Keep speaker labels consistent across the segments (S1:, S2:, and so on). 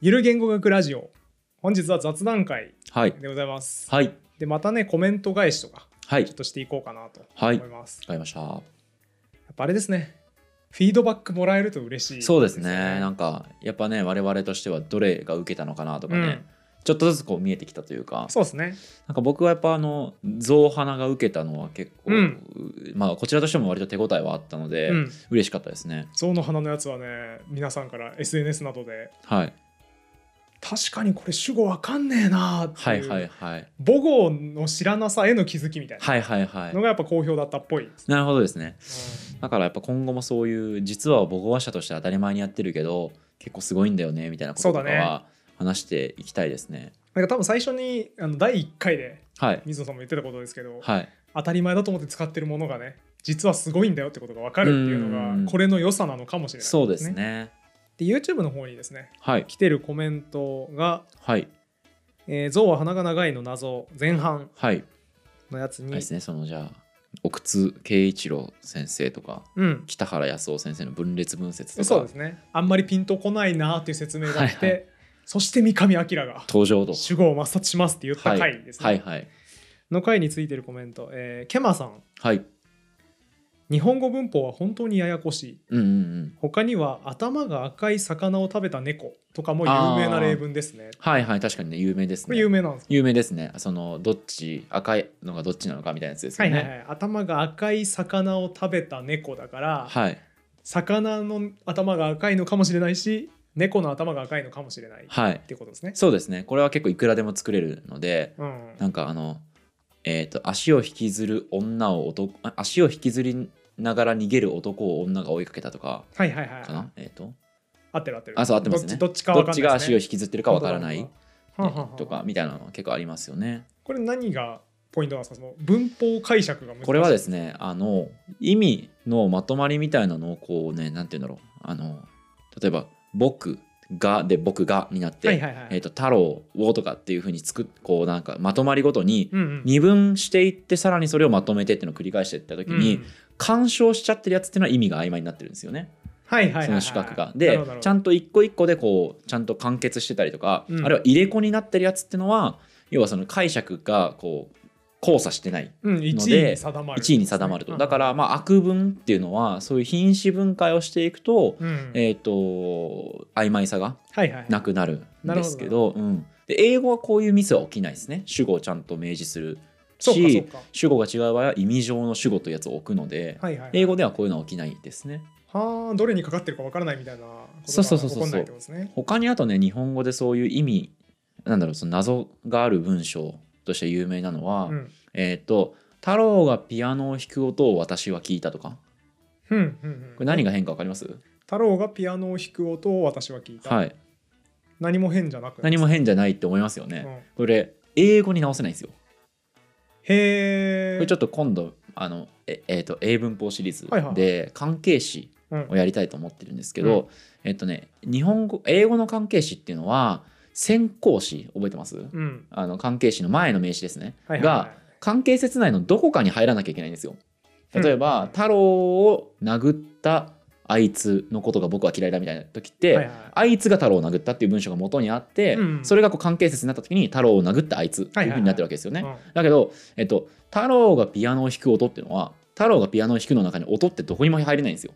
S1: ゆる言語学ラジオ本日は雑談会
S2: はい。
S1: でございます、
S2: はい。
S1: でまたねコメント返しとか
S2: はい。
S1: ちょっとしていこうかなと
S2: は
S1: 思
S2: い
S1: います、
S2: わかりました。
S1: やっぱあれですねフィードバックもらえると嬉しい
S2: そうですね。なんか、やっぱね、我々としてはどれが受けたのかなとかね、
S1: うん
S2: ちょっとずつこう見えてきたというか、
S1: そうですね
S2: なんか僕はやっぱあの、象鼻が受けたのは結構、
S1: うん
S2: まあこちらとしても割と手応えはあったので、
S1: うん
S2: 嬉しかったですね。
S1: 象の鼻のやつはね皆さんから SNS などで
S2: はい。
S1: 確かにこれ主語わかんねえなーって、
S2: はいいうはいはい。
S1: 母語の知らなさへの気づきみたい
S2: はいはいは
S1: ないの。がやっぱ好評だったっぽいです、
S2: なるほどですね。
S1: うん
S2: だからやっぱ今後もそういう、実は母語話者として当たり前にやってるけど、結構すごいんだよね、みたいなこととか
S1: そうだ
S2: は話していきたいですね。
S1: なんか多分最初にあの第1回で
S2: はい。
S1: 水野さんも言ってたことですけど、
S2: はい。
S1: 当たり前だと思って使ってるものがね実はすごいんだよってことが分かるっていう
S2: う
S1: の
S2: ん
S1: がこれの良さなのかもしれないですね。
S2: そうですね。
S1: で YouTube の方にですね
S2: はい。
S1: 来てるコメントが
S2: はい。
S1: 「えー、象は鼻が長い」の謎前半
S2: はい。
S1: のやつ
S2: あ
S1: に、
S2: れですね、そのじゃあ、奥津慶一郎先生とか、
S1: うん
S2: 北原康夫先生の分裂分析と
S1: そう
S2: か
S1: です、ねあんまりピンとこないなっていう説明があって、
S2: はいは
S1: そして三上明が
S2: 登場と。
S1: 主語を抹殺しますって言った
S2: はい
S1: 回ですね、
S2: はいはい。
S1: の回についてるコメント、えーケマさん
S2: はい。
S1: 「日本語文法は本当にややこしい」
S2: うんうんうん。
S1: 他には頭が赤い魚を食べた猫とかも有名な例文ですね。
S2: はいはい、確かにね、有名です
S1: これ有
S2: ね。
S1: 名なんですか、
S2: 有名ですね。その、どっち、赤いのがどっちなのかみたいなやつです
S1: は
S2: よ
S1: いはいは
S2: ね。
S1: い。頭が赤い魚を食べた猫だから、
S2: はい。
S1: 魚の頭が赤いのかもしれないし、猫の頭が赤いのかもしれないっ
S2: はい。
S1: てことですね。
S2: そうですね。これは結構いくらでも作れるので、
S1: うん。
S2: なんかあの、えっ、と、足を引きずる女を男、あ足を引きずりながら逃げる男を女が追いかけたとか、
S1: はいはいはい
S2: か。なえっ、と、
S1: 合ってる合ってる。
S2: あそう合ってますね
S1: どっちどっちか
S2: ど
S1: わかんない
S2: っち
S1: ですね、
S2: が足を引きずってるかわからない
S1: は
S2: ね
S1: あはあはあ
S2: とか。みたいなのは結構ありますよね。
S1: これ何がポイントなんですかその文法解釈が難しい。
S2: これはですねあの意味のまとまりみたいなのをこうねなんて言うんだろうあの例えば「僕が」で「僕が」になって「
S1: はいはいはい。
S2: えー、と太郎を」とかっていうふうにつくこうなんかまとまりごとに
S1: うんうん。
S2: 二分していってさらにそれをまとめてっていうのを繰り返していった時に、
S1: うん
S2: 干渉しちゃってるやつっていうのは意味が曖昧になってるんですよね。
S1: はいはいはいはい。
S2: その資格が。
S1: なる
S2: で
S1: ほどなるほど
S2: ちゃんと一個一個でこうちゃんと完結してたりとか、
S1: うん
S2: あるいは入れ子になってるやつってのは要はその解釈がこう交差してない
S1: うん、
S2: の
S1: 1位
S2: で
S1: に定まる。、
S2: 1位に定まるとだかららまあ悪文っていうのはそういう品詞分解をしていくと,、
S1: うん
S2: えー、と曖昧さが
S1: はいはいはい、
S2: なくなるんです
S1: な
S2: け
S1: る
S2: どうん、で英語はこういうミスは起きないですね主語をちゃんと明示する
S1: そうかそ
S2: し
S1: うか
S2: 主語が違う場合は意味上の主語というやつを置くので、
S1: はいはいはい、
S2: 英語ではこういうのは起きないですね。
S1: はあどれにかかってるかわからないみたいなこと
S2: そ
S1: が
S2: うそうそう
S1: 起
S2: そう
S1: こんないってことですね。
S2: 他にあとね日本語でそういう意味なんだろうその謎がある文章として有名なのは、
S1: うん
S2: えっ、と「太郎がピアノを弾く音を私は聞いた」とか
S1: うんうんうん
S2: これ何が変か分かります、
S1: 太郎がピアノを弾く音を私は聞いた。
S2: はい
S1: 何も変じゃなく
S2: 何も変じゃないって思いますよね、
S1: うん
S2: これ英語に直せないんですよこ
S1: へえ。
S2: れちょ
S1: っ
S2: っと今度あのえ、えー、と英文法シリーズ
S1: はいはい
S2: で関係詞
S1: と、うん
S2: をやりたいと思ってるんですけど、えっとね日本語英語の関係詞っていうのは先行詞覚えてます、
S1: うん
S2: あの関係詞の前の名詞ですね、
S1: はいはい
S2: が
S1: はい
S2: 関係説内のどこかに入らなきゃいけないんですよ。例えば、
S1: うん
S2: 太郎を殴ったあいつのことが僕は嫌いだみたいな時っ
S1: は
S2: て、
S1: いはい
S2: あいつが太郎を殴ったっていう文章が元にあって、
S1: うんうん
S2: それがこう関係説になった時に太郎を殴ったあいつっていうふうになってるわけですよね。
S1: うん
S2: だけど、えっと、太郎がピアノを弾く音っていうのは太郎がピアノを弾くの中に音ってどこにも入れないんですよ。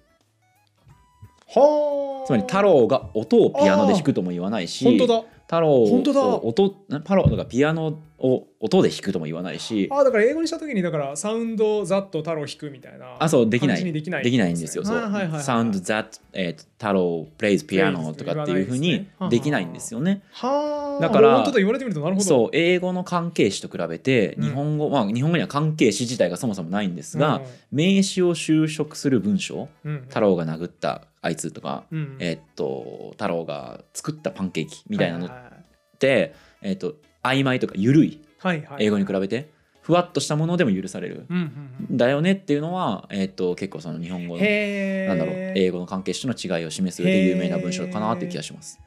S1: はあ。
S2: つまり太郎が音をピアノで弾くとも言わないし
S1: 本当だ。
S2: 太郎を
S1: 本当だ
S2: 音太郎がピアノを音で弾くとも言わないし
S1: あだから英語にした時にだからサウンドざっと太郎弾くみたいな。
S2: あそうできない
S1: 感じにできない、
S2: できないんですよ。そう
S1: はいはいはいはい、
S2: サウンド、that、えーと、太郎、プレイズ、ピアノとかっていうふうにできないんですよね。
S1: はあ。
S2: だから
S1: 本当と言われてみるとなるほど。
S2: そう、英語の関係詞と比べて、
S1: うん
S2: 日本語、まあ、日本語には関係詞自体がそもそもないんです
S1: うん
S2: が、、名詞を修飾する文章、
S1: うんうん、
S2: 太郎が殴ったあいつとか、
S1: うんうん、
S2: えっと、太郎が作ったパンケーキみたいなのっ
S1: は
S2: て、えっと、曖昧とか緩い、
S1: いはい、
S2: 英語に比べて、ふわっとしたものでも許される。
S1: うんうん
S2: だよねっていうのは、えっと、結構その日本語
S1: うん、
S2: の
S1: へえ
S2: なんだろう英語の関係詞との違いを示す上で有名な文章かなっていう気がします。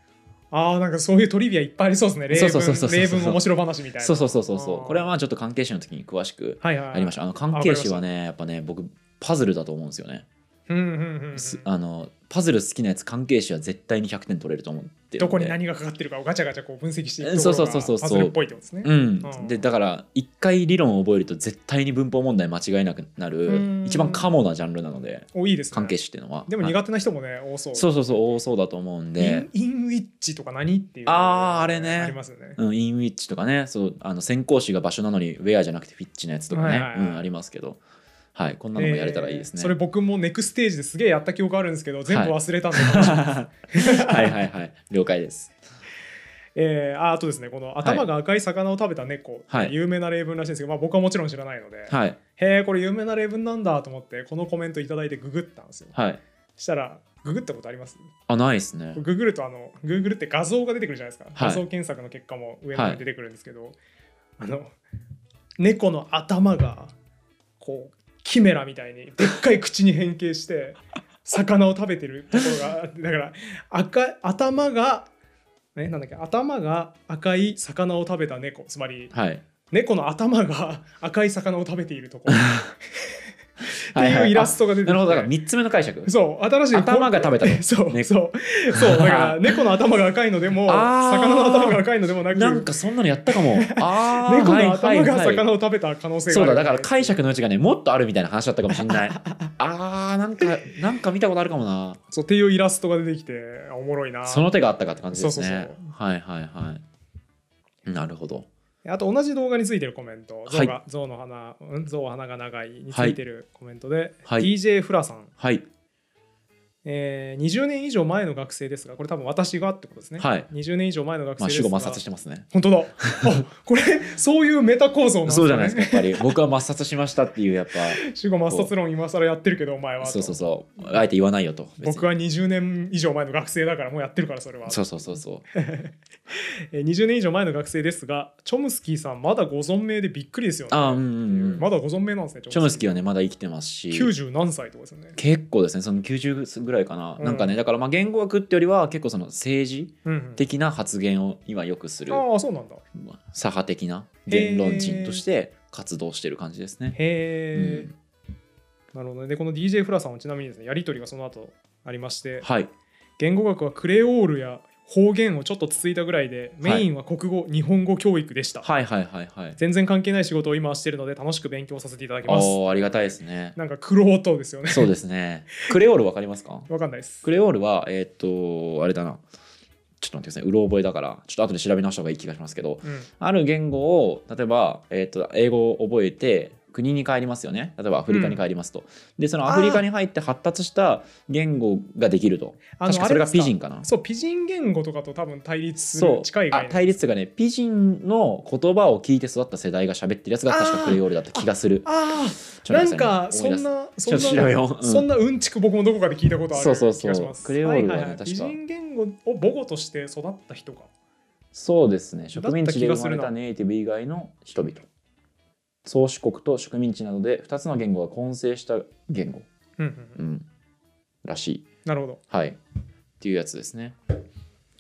S1: ああなんかそういうトリビアいっぱいありそうですね例文
S2: そうそうそうそうそう
S1: 例文面白話みたいな
S2: そうそうそうそうそ
S1: あー
S2: う。これはまあちょっと関係詞の時に詳しく
S1: はいはい
S2: ありました。あの関係詞はねやっぱね僕パズルだと思うんですよね。
S1: うんうんうんうん
S2: すあのパズル好きなやつ関係者は絶対に100点取れると思ってるんで
S1: どこに何がかかってるかをガチャガチャこう分析していく
S2: え
S1: ところ
S2: そう
S1: が
S2: そうそうそう
S1: パズルっぽいってことですね。
S2: うん
S1: うん
S2: でだから一回理論を覚えると絶対に文法問題間違いなくな
S1: うん
S2: る一番カモなジャンルなので
S1: おいいですね。
S2: 関係者っていうのは
S1: でも
S2: はい
S1: 苦手な人もね多そう。
S2: そうそうそう多そうだと思うん
S1: イ
S2: で
S1: ンインウィッチとか何っていう
S2: あーあれね
S1: ありますよね。
S2: うん、インウィッチとかねそうあの先行詞が場所なのにウェアじゃなくてフィッチのやつとかね、
S1: はいはいはい
S2: うん、ありますけど、はい、こんなのもやれたらいいですね。
S1: えーそれ僕もネクステージですげえやった記憶あるんですけど全部忘れた んで、
S2: はいはいはい了解です。
S1: えーああとですねこの頭が赤い魚を食べた猫って
S2: はい
S1: 有名な例文らしいんですけど、まあ、僕はもちろん知らないので、
S2: はい
S1: へえこれ有名な例文なんだと思ってこのコメントいただいてググったんですよ
S2: はい
S1: したらググったことあります
S2: あないですね。
S1: ググるとあのグーグルって画像が出てくるじゃないですか、
S2: はい
S1: 画像検索の結果も上の方に出てくるんですけど、あの猫の頭がこうキメラみたいにでっかい口に変形して魚を食べてるところがだから赤い頭がえなんだっけ頭が赤い魚を食べた猫つまり
S2: はい。
S1: 猫の頭が赤い魚を食べているところって
S2: はい
S1: い
S2: は
S1: う
S2: い
S1: イラストが出てき
S2: なるほ
S1: て
S2: どだから三つ目の解釈。
S1: そう新しい
S2: 頭が食べた の
S1: そう、
S2: 猫
S1: そうそうだから猫の頭が赤いのでも
S2: あー
S1: 魚の頭が赤いのでもなく
S2: なんかそんなのやった かも。ああ
S1: 猫の頭が
S2: はいはい
S1: 魚を食べた可能性が
S2: そ
S1: あ
S2: う
S1: る
S2: だだから解釈のうちがねもっとあるみたいな話だったかもしれない。 あーなんかなんか見たことあるかもな。
S1: そうっていうイラストが出てきてあおもろいな
S2: その手があったかって感じですね。
S1: そうそう
S2: はいはいはい。なるほど。
S1: あと同じ動画についてるコメント「
S2: は
S1: 象
S2: い
S1: が象の花うん象は花が長い」についてるコメントで、
S2: はい
S1: DJ フラさん、
S2: はい
S1: えー20年以上前の学生ですがこれ多分私がってことですね、
S2: はい。
S1: 20年以上前の学生
S2: まあ
S1: です
S2: 主
S1: が、
S2: 語抹殺してますね。
S1: 本当だあこれそういうメタ構造なんですか
S2: そ
S1: ね
S2: うじゃないですかやっぱり 僕は抹殺しましたっていうやっぱ
S1: 主語抹殺論今更やってるけどお前はと
S2: そうそうそうあえて言わないよと別に
S1: 僕は20年以上前の学生だからもうやってるからそれは
S2: そうそうそうそう
S1: えー20年以上前の学生ですがチョムスキーさんまだご存命でびっくりですよね
S2: あーうんうんうん
S1: まだご存命なんですね
S2: チョムスキーは
S1: ね
S2: ねまだ生きてますし
S1: 90何歳とかですよね、
S2: 結構ですねその90ぐらいかな、
S1: うん
S2: なんかねだからまあ言語学ってよりは結構その政治
S1: うんうん
S2: 的な発言を今よくする
S1: ああそうなんだ
S2: まあ左派的な言論人として活動してる感じですね。
S1: へえ、
S2: うん
S1: なるほどねでこの DJ フラさんはちなみにですねやり取りがその後ありまして
S2: はい
S1: 言語学はクレオールや方言をちょっとつついたぐらいでメインは国語、日本語教育でした、
S2: はいはいはいはい。
S1: 全然関係ない仕事を今はしてるので楽しく勉強させていただきます
S2: おーありがたいですね。
S1: なんかクロートですよね。
S2: そうですね。クレオールわかりますか
S1: わかんないです。
S2: クレオールはえーっ、とあれだなちょっと待ってくださいうろ覚えだからちょっと後で調べ直した方がいい気がしますけど
S1: うん
S2: ある言語を例えば、えー、と英語を覚えて国に帰りますよね例えばアフリカに帰りますと、でそのアフリカに入って発達した言語ができると
S1: あ
S2: 確かそれがピジ
S1: ン。
S2: ンかな
S1: そう、ピジン言語とかと多分対立す
S2: そ
S1: る
S2: う
S1: 近い
S2: あ
S1: 概念。
S2: 対立がねピジンの言葉を聞いて育った世代が喋ってるやつが確かクレオールだった気がする
S1: ああ、
S2: ちょっ
S1: な
S2: と
S1: んか
S2: 待
S1: そ
S2: ってくださいね思い出
S1: んな、
S2: すち
S1: そん
S2: ょっと調べ
S1: な、
S2: よう、うん
S1: そんなうんちく僕もどこかで聞いたことある気
S2: そう
S1: がし
S2: そ
S1: ま
S2: う
S1: す。
S2: そうクレオールはね確か
S1: ピジン言語を母語として育った人か。
S2: そうですね植民地で
S1: だった気が
S2: 生
S1: す
S2: ま
S1: る
S2: れ
S1: な
S2: たネイティブ以外の人々宗主国と植民地などで2つの言語が混成した言語、
S1: うんうんう
S2: うんん、らしい
S1: なるほど。
S2: はいっていうやつですね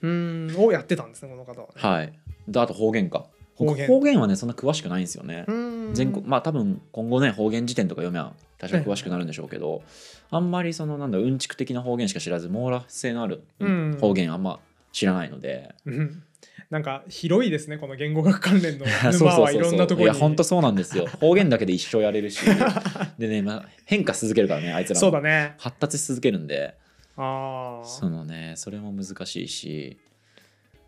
S1: うーん、をやってたんですね、この方は。
S2: はいであと方言か
S1: 方
S2: 方
S1: 言
S2: 言はねそんな詳しくないんですよね
S1: うーん
S2: 全国まあ多分今後ね方言辞典とか読めば多少詳しくなるんでしょうけど、あんまりそのなんだうんちく的な方言しか知らず網羅性のある
S1: うん
S2: 方言あんま知らないので、
S1: うんなんか広いですね、この言語学関 連の
S2: そう
S1: 沼
S2: そう
S1: はい
S2: そう
S1: ろ
S2: そ
S1: ん
S2: う
S1: なとこ
S2: い
S1: ろ
S2: や
S1: に。
S2: 本当そうなんですよ方言だけで一生やれ るしでね、まあ、変化し続けるからねあいつらも
S1: そうだね。
S2: 発達し続けるんで
S1: ああ
S2: そ。のねそれも難しいし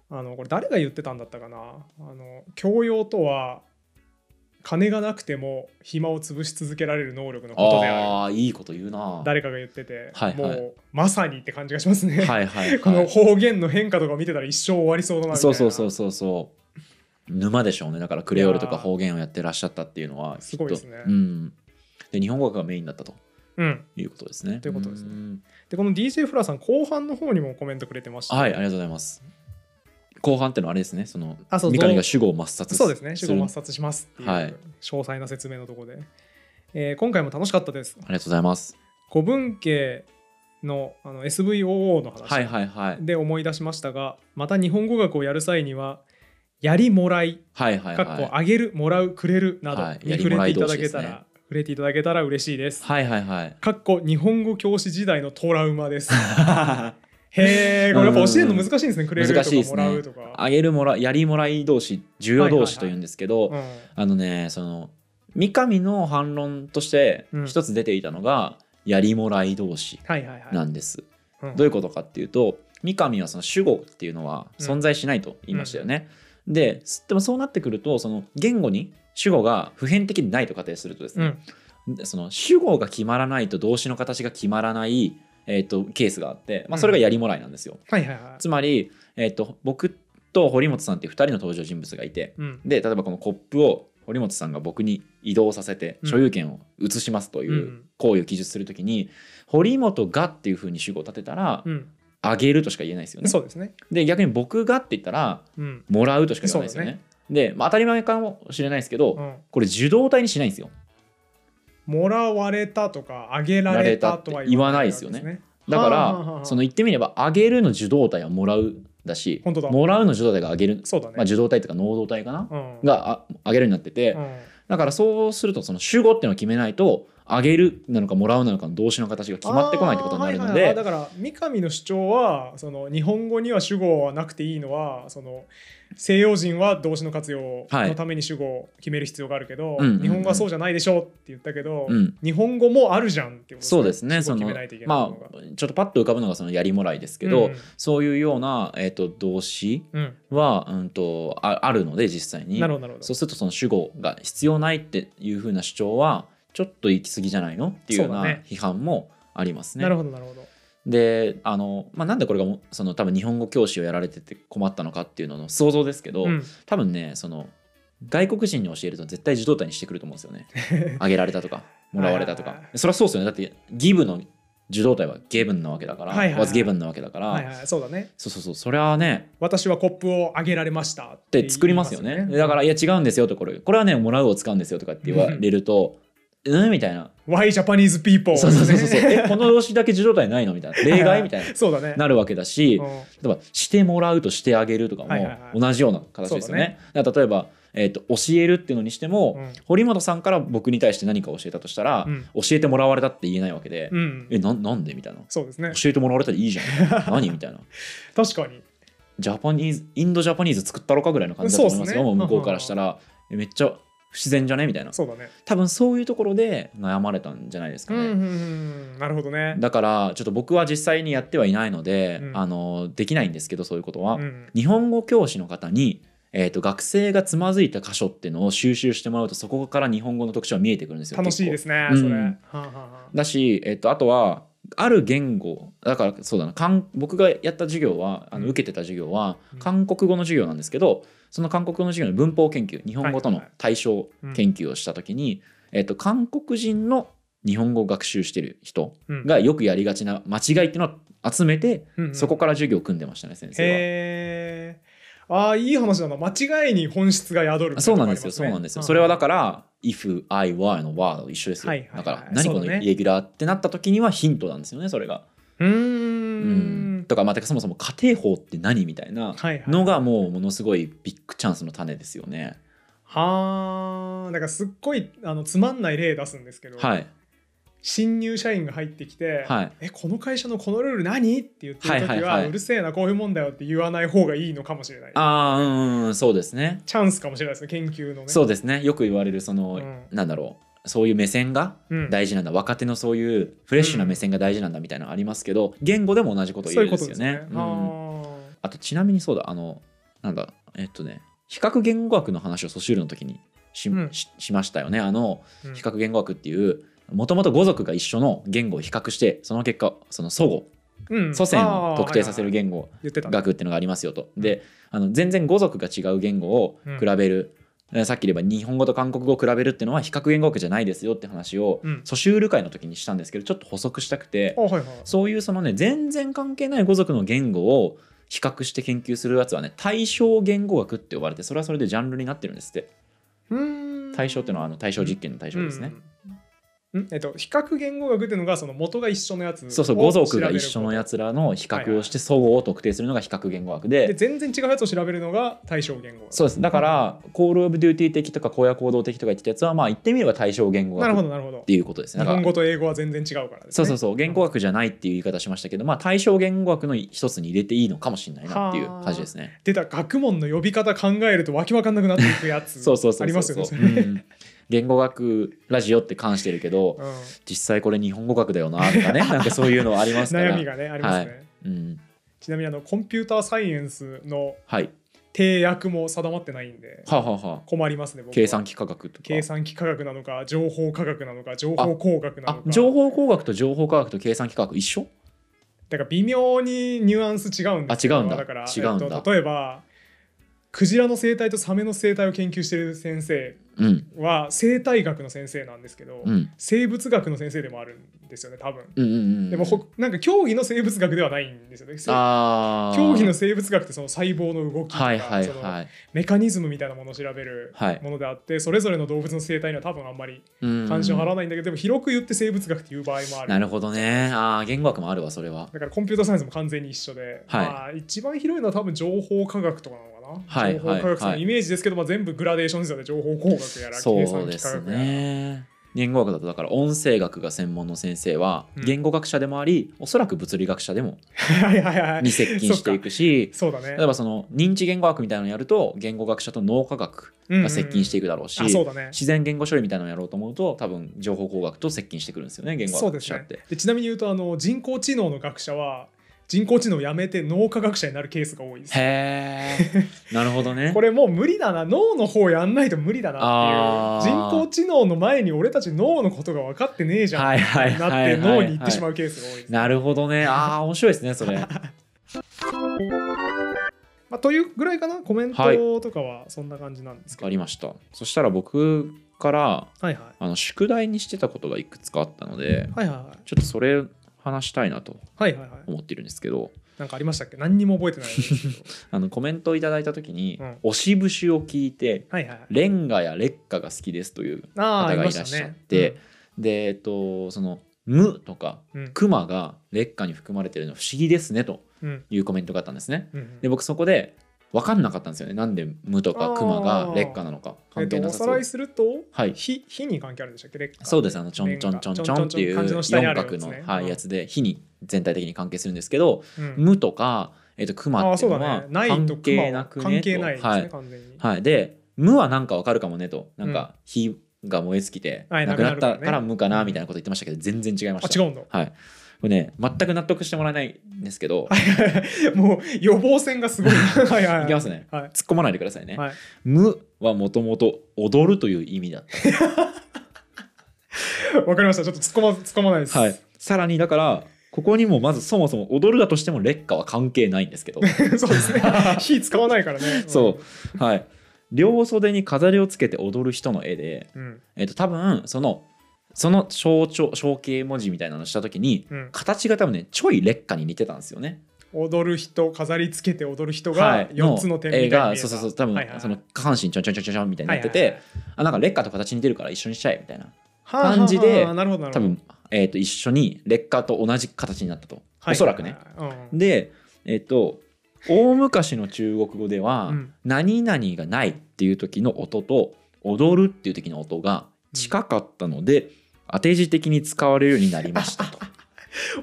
S1: あのこれ誰が言ってたんだったかなあの教養とは金がなくても暇を潰し続けられる能力のことである
S2: ああーいいこと言うなは
S1: 誰かが言ってて、
S2: はいはい
S1: もうまさにって感じがしますね、
S2: いはい、はい、
S1: この方言の変化とか見てたら一生終わりそうだなみたいな
S2: そうそうそうそうそう沼でしょうねだからクレオールとか方言をやってらっしゃったっていうのは
S1: すごいですね
S2: きっとうん、で日本語学がメインだったと
S1: うん、
S2: いうことですね
S1: ということですね
S2: ん
S1: でこの DJ フラさん後半の方にもコメントくれてました、
S2: はいありがとうございます後半ってのはあれですねその
S1: あそう
S2: 三上が主語を抹殺
S1: そうですね主語抹
S2: る
S1: 殺しますっていう
S2: はい
S1: 詳細な説明のところで、えー今回も楽しかったです
S2: ありがとうございます
S1: 古文系のあの SVOO の話、
S2: はいはいはい
S1: で思い出しましたがまた日本語学をやる際には「やりもらい」
S2: はいはい
S1: かっこ
S2: は
S1: あげる」「もらう」「くれる」など
S2: はい
S1: に触れていただけた
S2: やりもらい同士です
S1: ら触れていただけたら嬉しいです。
S2: はいは いはい。
S1: かっこ日本語教師時代のトラウマ です。へえ、これやっぱ教えるの難しいんですね。くれると
S2: 難
S1: か
S2: しいですね
S1: もらうとか。
S2: あげるもらやりもらい同士重要同士というんですけど、
S1: うん
S2: あのねその三上の反論として
S1: うん
S2: 一つ出ていたのが、やりもらい同士
S1: はいはいはい。
S2: なんです。
S1: うん
S2: どういうことかっていうと三上はその主語っていうのは存在しないと言いましたよね。ですでもそうなってくるとその言語に主語が普遍的にないと仮定するとですね、でその主語が決まらないと動詞の形が決まらない、えー、とケースがあって、まあ、それがやりもらいなんですよ。
S1: はいはいはい。
S2: つまり、えー、と僕と堀本さんっていう2人の登場人物がいて
S1: うん。
S2: で例えばこのコップを堀本さんが僕に移動させて
S1: うん
S2: 所有権を移しますとい
S1: うんう
S2: うん行為を記述するときに、堀本がっていうふうに主語を立てたら、
S1: うん。
S2: あげるとしか言えないですよね。
S1: そうですね。
S2: で逆に僕がって言ったら
S1: うん。
S2: もらうとしか言わないですよね。で、まあ、当たり前かもしれないですけど、
S1: うん
S2: これ受動体にしないんですよ。
S1: もらわれたとか、あげられたとはわ
S2: 言わないですよだ
S1: は
S2: か
S1: あはあは
S2: ら
S1: あ
S2: その言ってみればあげるの受動体はもらうだし
S1: 本当だ
S2: もらうの受動体があげる、
S1: そうだね。
S2: まあ、受動体とか能動体かな、
S1: うん、
S2: がああげるになってて、
S1: うん
S2: だからそうするとその主語っていうのを決めないとあげるなのかもらうなのかの動詞の形が決まってこないってことになるの
S1: あーはいはいはい
S2: で
S1: だから三上の主張はその日本語には主語はなくていいのはその西洋人は動詞の活用のために主語を決める必要があるけど、
S2: うんうんうん
S1: 日本語はそうじゃないでしょうって言ったけど、
S2: うん
S1: 日本語もあるじゃんってこと
S2: そうですねそ
S1: 主語を決め
S2: の
S1: ないといけない
S2: ま
S1: のが
S2: あちょっとパッと浮かぶのがそのやりもらいですけ
S1: う
S2: ど
S1: ん
S2: そういうようなえっと動詞
S1: うんうん
S2: はうんとああるので実際に
S1: なるほどなるほど
S2: そうするとその主語が必要ないっていうふうな主張はちょっと行き過ぎじゃないのっていうよう
S1: そ
S2: な
S1: うだね
S2: 批判もありますね。
S1: なるほどなるほど
S2: であの、まあ、なんでこれがもその多分日本語教師をやられてて困ったのかっていうのの想像ですけど、
S1: うん
S2: 多分ねその外国人に教えると絶対自動体にしてくると思うんですよね。 あげられたとかもらわれたと
S1: はい
S2: か
S1: はいは
S2: それはそうですよねだってギブの受動体はゲブンなわけだから、
S1: はいはいはい
S2: was given なわけだから、
S1: はいはいそうだね
S2: そうそうそうそれはね
S1: 私はコップをあげられましたっ
S2: ってて作りますよねだから「いや違うんですよ」とこれこれはねもらうを使うんですよとかって言われると「うん?」みたいな
S1: Why Japanese people
S2: そうそうそう そうえこの動詞だけ受動体ないのみたいな例外みたいな
S1: そうだね
S2: なるわけだ
S1: う
S2: し例
S1: ん
S2: えばしてもらうとしてあげるとかも
S1: はいはいはい
S2: 同じような形ですよね。だから例えばえーと教えるっていうのにしても、
S1: うん
S2: 堀本さんから僕に対して何か教えたとしたら、
S1: うん
S2: 教えてもらわれたって言えないわけで、
S1: うん
S2: えななんでみたいな
S1: そうですね
S2: 教えてもらわれたらいいじ ゃん何みたいな
S1: 確かに
S2: ジャパニーズインドジャパニーズ作ったろかぐらいの感じだと思いますよ
S1: そうっすね
S2: もう向こうからしたらえめっちゃ不自然じゃねみたいな
S1: そうだね
S2: 多分そういうところで悩まれたんじゃないですか
S1: うん
S2: ね、
S1: うんうんなるほどね
S2: だからちょっと僕は実際にやってはいないので、
S1: うん
S2: あのできないんですけどそういうことは、
S1: うん
S2: 日本語教師の方に、えー、と学生がつまずいた箇所っていうのを収集してもらうとそこから日本語の特徴が見えてくるんですよ
S1: 楽しい
S2: 結構
S1: ですね
S2: うん
S1: それはあはあはあ
S2: だし、えっと、あとはある言語だからそうだな韓僕がやった授業はあの
S1: うん
S2: 受けてた授業は
S1: うん
S2: 韓国語の授業なんですけどその韓国語の授業の文法研究日本語との
S1: はいはいはい
S2: 対象研究をした時に、えっと、韓国人の日本語を学習してる人
S1: うん
S2: がよくやりがちな間違いっていうのを集めて
S1: うんうん
S2: そこから授業を組んでましたね先生
S1: へ
S2: は。
S1: えああいい話だな間違いに本質が宿る
S2: そうなんですよ、そうなんですよ。それはだ
S1: ら
S2: から、if I were の were と一緒ですよ。
S1: はいはいはい
S2: だから、何こ
S1: そう
S2: の
S1: だね
S2: イレギュラーってなった時にはヒントなんですよね、それが。
S1: うー
S2: うん
S1: ん
S2: とか、まあ、てかそもそも家庭法って何みたいな
S1: はいはい
S2: のがもうものすごいビッグチャンスの種ですよね。
S1: はあだからすっごいあのつまんない例出すんですけど
S2: はい、
S1: 新入社員が入ってきて
S2: はい
S1: えこの会社のこのルール何?」って言ってる
S2: はい
S1: 時
S2: はいは
S1: はい「うるせえなこういうもんだよ」って言わない方がいいのかもしれない
S2: ああうんうんうんそうですね。
S1: チャンスかもしれないですね研究のね
S2: そうですねよく言われるその、
S1: うん
S2: なんだろうそういう目線が
S1: うん
S2: 大事なんだ、若手のそういうフレッシュな目線が大事なんだみたいなのありますけど、言語でも同じこと言えるんですよね。うん
S1: は
S2: あとちなみにそうだあのなんだえっとね比較言語学の話をソシュールの時にし,し、
S1: うん
S2: しましたよねあの
S1: あうん
S2: 比較言語学っていうもともと語族が一緒の言語を比較してその結果その祖語
S1: うん
S2: 祖先
S1: あ
S2: を
S1: ー
S2: 特定させる
S1: はいはい
S2: 言語
S1: はい言ってたね
S2: 学っていうのがありますよと。であの全然語族が違う言語を比べる、えさっき言えば日本語と韓国語を比べるっていうのは比較言語学じゃないですよって話を、
S1: うん
S2: ソシュール会の時にしたんですけどちょっと補足したくて
S1: あはいはい
S2: そういうそのね全然関係ない語族の言語を比較して研究するやつはね対象言語学って呼ばれてそれはそれでジャンルになってるんですって
S1: うーん
S2: 対象っていうのはあの対象実験の対象ですね、
S1: うんんえっと、比較言語学っていうのがその元が一緒のやつ
S2: そうそう
S1: を
S2: 語
S1: 調べる
S2: 族が一緒のやつらの比較をして相互を特定するのが比較言語学
S1: で
S2: で
S1: 全然違うやつを調べるのが対象言語学
S2: そうですだからコール・オブ・デューティー的とか荒野行動的とか言ってたやつはまあ言ってみれば対象言語
S1: なるほ
S2: 学っ
S1: どなるほど
S2: ていうことです
S1: 日
S2: ねだから
S1: 本語と英語は全然違うからです、ね、
S2: そうそうそう言語学じゃないっていう言い方しましたけどまあ対象言語学の一つに入れていいのかもしれないなっていう感じですね。
S1: 出た学問の呼び方考えるとわけわかんなくなっていくやつ
S2: そうそう
S1: あ
S2: そうそう
S1: りますよねそれ
S2: うん言語学ラジオって関してるけど
S1: うん
S2: 実際これ日本語学だよなと かねなんかそういうのありますから。
S1: 悩みがねありますね、
S2: うん
S1: ちなみにあのコンピューターサイエンスの
S2: はい、
S1: 定約も定まってないんで
S2: はあ、はあはあ、
S1: 困りますね僕は
S2: 計算機科学とか
S1: 計算機科学なのか情報科学なのか情報工学な
S2: あ
S1: のか
S2: 情報工学と情報科学と計算機科学一緒
S1: だから微妙にニュアンス違うんですけど
S2: あ違うんだ
S1: から
S2: 違うんだ
S1: えっと、例えばクジラの生態とサメの生態を研究してる先生
S2: うん
S1: は生態学の先生なんですけど、
S2: うん
S1: 生物学の先生でもあるんですよね多分
S2: うんうんうん
S1: でもほなんか競技の生物学ではないんですよねせ
S2: あー
S1: 競技の生物学ってその細胞の動きとか、
S2: はいはい
S1: その
S2: はい、
S1: メカニズムみたいなものを調べる
S2: はい
S1: ものであって、それぞれの動物の生態には多分あんまり
S2: うん、
S1: 関心を払わないんだけど、でも広く言って生物学っていう場合もある
S2: なるほどねあー言語学もあるわそれは
S1: だからコンピューターサイエンスも完全に一緒で、
S2: はい
S1: まあ、一番広いのは多分情報科学とかなのかな、
S2: はい
S1: 情報科学さん
S2: はいは
S1: の
S2: い
S1: イメージですけど、まあ、全部グラデーションですよね情報工学やら計
S2: そ
S1: 算
S2: うで
S1: 機科
S2: す
S1: 学やら、
S2: ね言語学だとだから音声学が専門の先生は
S1: うん
S2: 言語学者でもあり、おそらく物理学者でも
S1: はいはいはい
S2: に接近していくし
S1: そうだね
S2: 例えばその認知言語学みたいなのやると言語学者と脳科学が接近してい
S1: く
S2: くだろうし、
S1: あそうだね
S2: 自然言語処理みたいなのやろうと思うと多分情報工学と接近してくるんですよね言語
S1: そうで
S2: 学
S1: す
S2: 者っ
S1: ね
S2: て。
S1: でちなみに言うとあの人工知能の学者は人工知能をやめて脳科学者になるケースが多いです
S2: へ えなるほどね
S1: これもう無理だな脳の方やんないと無理だなっていう
S2: あー
S1: 人工知能の前に俺たち脳のことが分かってねえじゃん、
S2: はいはいはい
S1: な
S2: は
S1: っ
S2: い
S1: て脳に行ってしま
S2: う
S1: うケースが多いです、
S2: なるほどねああ面白いですねそれ
S1: まあ、というぐらいかなコメン
S2: はい
S1: トとかはそんな感じなんですけ
S2: あ
S1: ど、
S2: りましたそしたら僕から
S1: はい、はい
S2: あの宿題にしてたことがいくつかあったので
S1: はいはい
S2: ちょっとそれ話したいなと
S1: はいはいはい
S2: 思ってるんですけど
S1: なんかありましたっけ何にも覚えてないですけど
S2: あのコメントをいただいた時に
S1: うん
S2: 「押し節を聞いて
S1: はいはいはい
S2: レンガや劣化が好きです」という
S1: ああ
S2: 方
S1: あり
S2: が
S1: ま
S2: い
S1: し
S2: ら
S1: た
S2: っしゃっ
S1: ね
S2: て、でえっとその「無」とか
S1: うんう
S2: 「
S1: ん
S2: クマ」が劣化に含まれてるの不思議ですねと
S1: うん
S2: いうコメントがあったんですね。
S1: うん
S2: で僕そこで分かんなかったんですよねなんで「無」とか「クマ」が劣化なのか
S1: えっ
S2: 関
S1: と
S2: 係な
S1: お
S2: さ
S1: さ
S2: そ
S1: ら
S2: う
S1: い。すると、
S2: はい
S1: 火火に関係あるんでしたっけ劣化
S2: そうですあのちょんちょんちょんちょんっていう
S1: 漢字の下にある
S2: 四
S1: やつ
S2: 角
S1: ね
S2: のはい
S1: うん
S2: やつで火に全体的に関係するんですけど
S1: うん
S2: 「無」とか「えっとクマ」
S1: ああ
S2: って
S1: そ
S2: い
S1: うう
S2: の
S1: だ
S2: は
S1: ねないと
S2: 関係
S1: 熊
S2: な
S1: は
S2: くねと
S1: 関係ないですね、
S2: はい
S1: 完全に、
S2: はい、で「無」はなんかわかるかもねとなんか火が燃え尽きて
S1: はい
S2: なくなっ
S1: なくなる
S2: た
S1: からね
S2: から「無」かなみたいなこと言ってましたけど全然違いました
S1: あ違うんだ
S2: はいこれね全く納得してもらえないんですけど
S1: もう予防線がす ごいなはいはいはい
S2: いきますね
S1: はい
S2: 突っ込まないでくださいね
S1: はい
S2: 「無」はもともと踊るという意味だっ
S1: わかりましたちょっと突っ込ま突っ込まないです
S2: た、はい、さらにだからここにもまずそもそも踊るだとしても劣化は関係ないんですけど
S1: そうですね火使わないからね
S2: そうはい両袖に飾りをつけて踊る人の絵で、
S1: うん、うん
S2: えっと、多分そのその象徴象形文字みたいなのをした時に
S1: うん、
S2: 形が多分ねちょい劣化に似てたんですよね。
S1: 踊る人飾りつけて踊る人
S2: は
S1: が
S2: い
S1: 4つの点みたいに
S2: 絵
S1: 見えた
S2: がそうそうそう多分、
S1: はいはいはい
S2: その下半身ちょんちょんちょんちょんちょんみたいになってて、
S1: はいはい
S2: あなんか劣化と形似てるから一緒にしちゃえみたいな
S1: はいはい
S2: 感じで
S1: はあはあなるほどなる
S2: 多
S1: ほど
S2: 分、えっと一緒に劣化と同じ形になったと、おそらくね。
S1: はいはいはいうん
S2: でえっ、と大昔の中国語では、
S1: うん
S2: 何々がないっていう時の音と踊るっていう時の音が近かったので、当て字的に使われるようになりました と。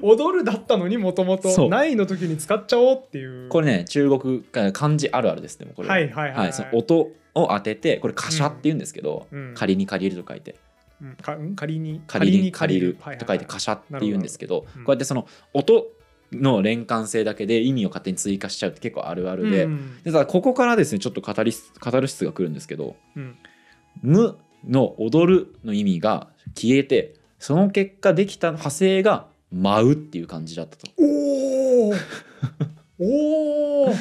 S1: 踊るだったのにもとも
S2: そ
S1: と
S2: う
S1: ないの時に使っちゃおうっていう
S2: これね中国あ漢字あるあるですでもこれは
S1: はいはいはいはい
S2: その音を当ててこれ「カシャ」って言うんですけど、
S1: うん
S2: 仮に借りると書いて
S1: うんかうん仮に
S2: 仮に借りる
S1: はは
S2: と書いて「カシャ」って言うんですけど
S1: ほどうん
S2: こうやってその音の連関性だけで意味を勝手に追加しちゃうって結構あるあるで,、
S1: うん
S2: でただここからですねちょっとカタリスカタルシスが来るんですけど
S1: うん
S2: 「無」の「踊る」の意味が消えてその結果できた派生が「舞う」っていう感じだったと。
S1: おーおー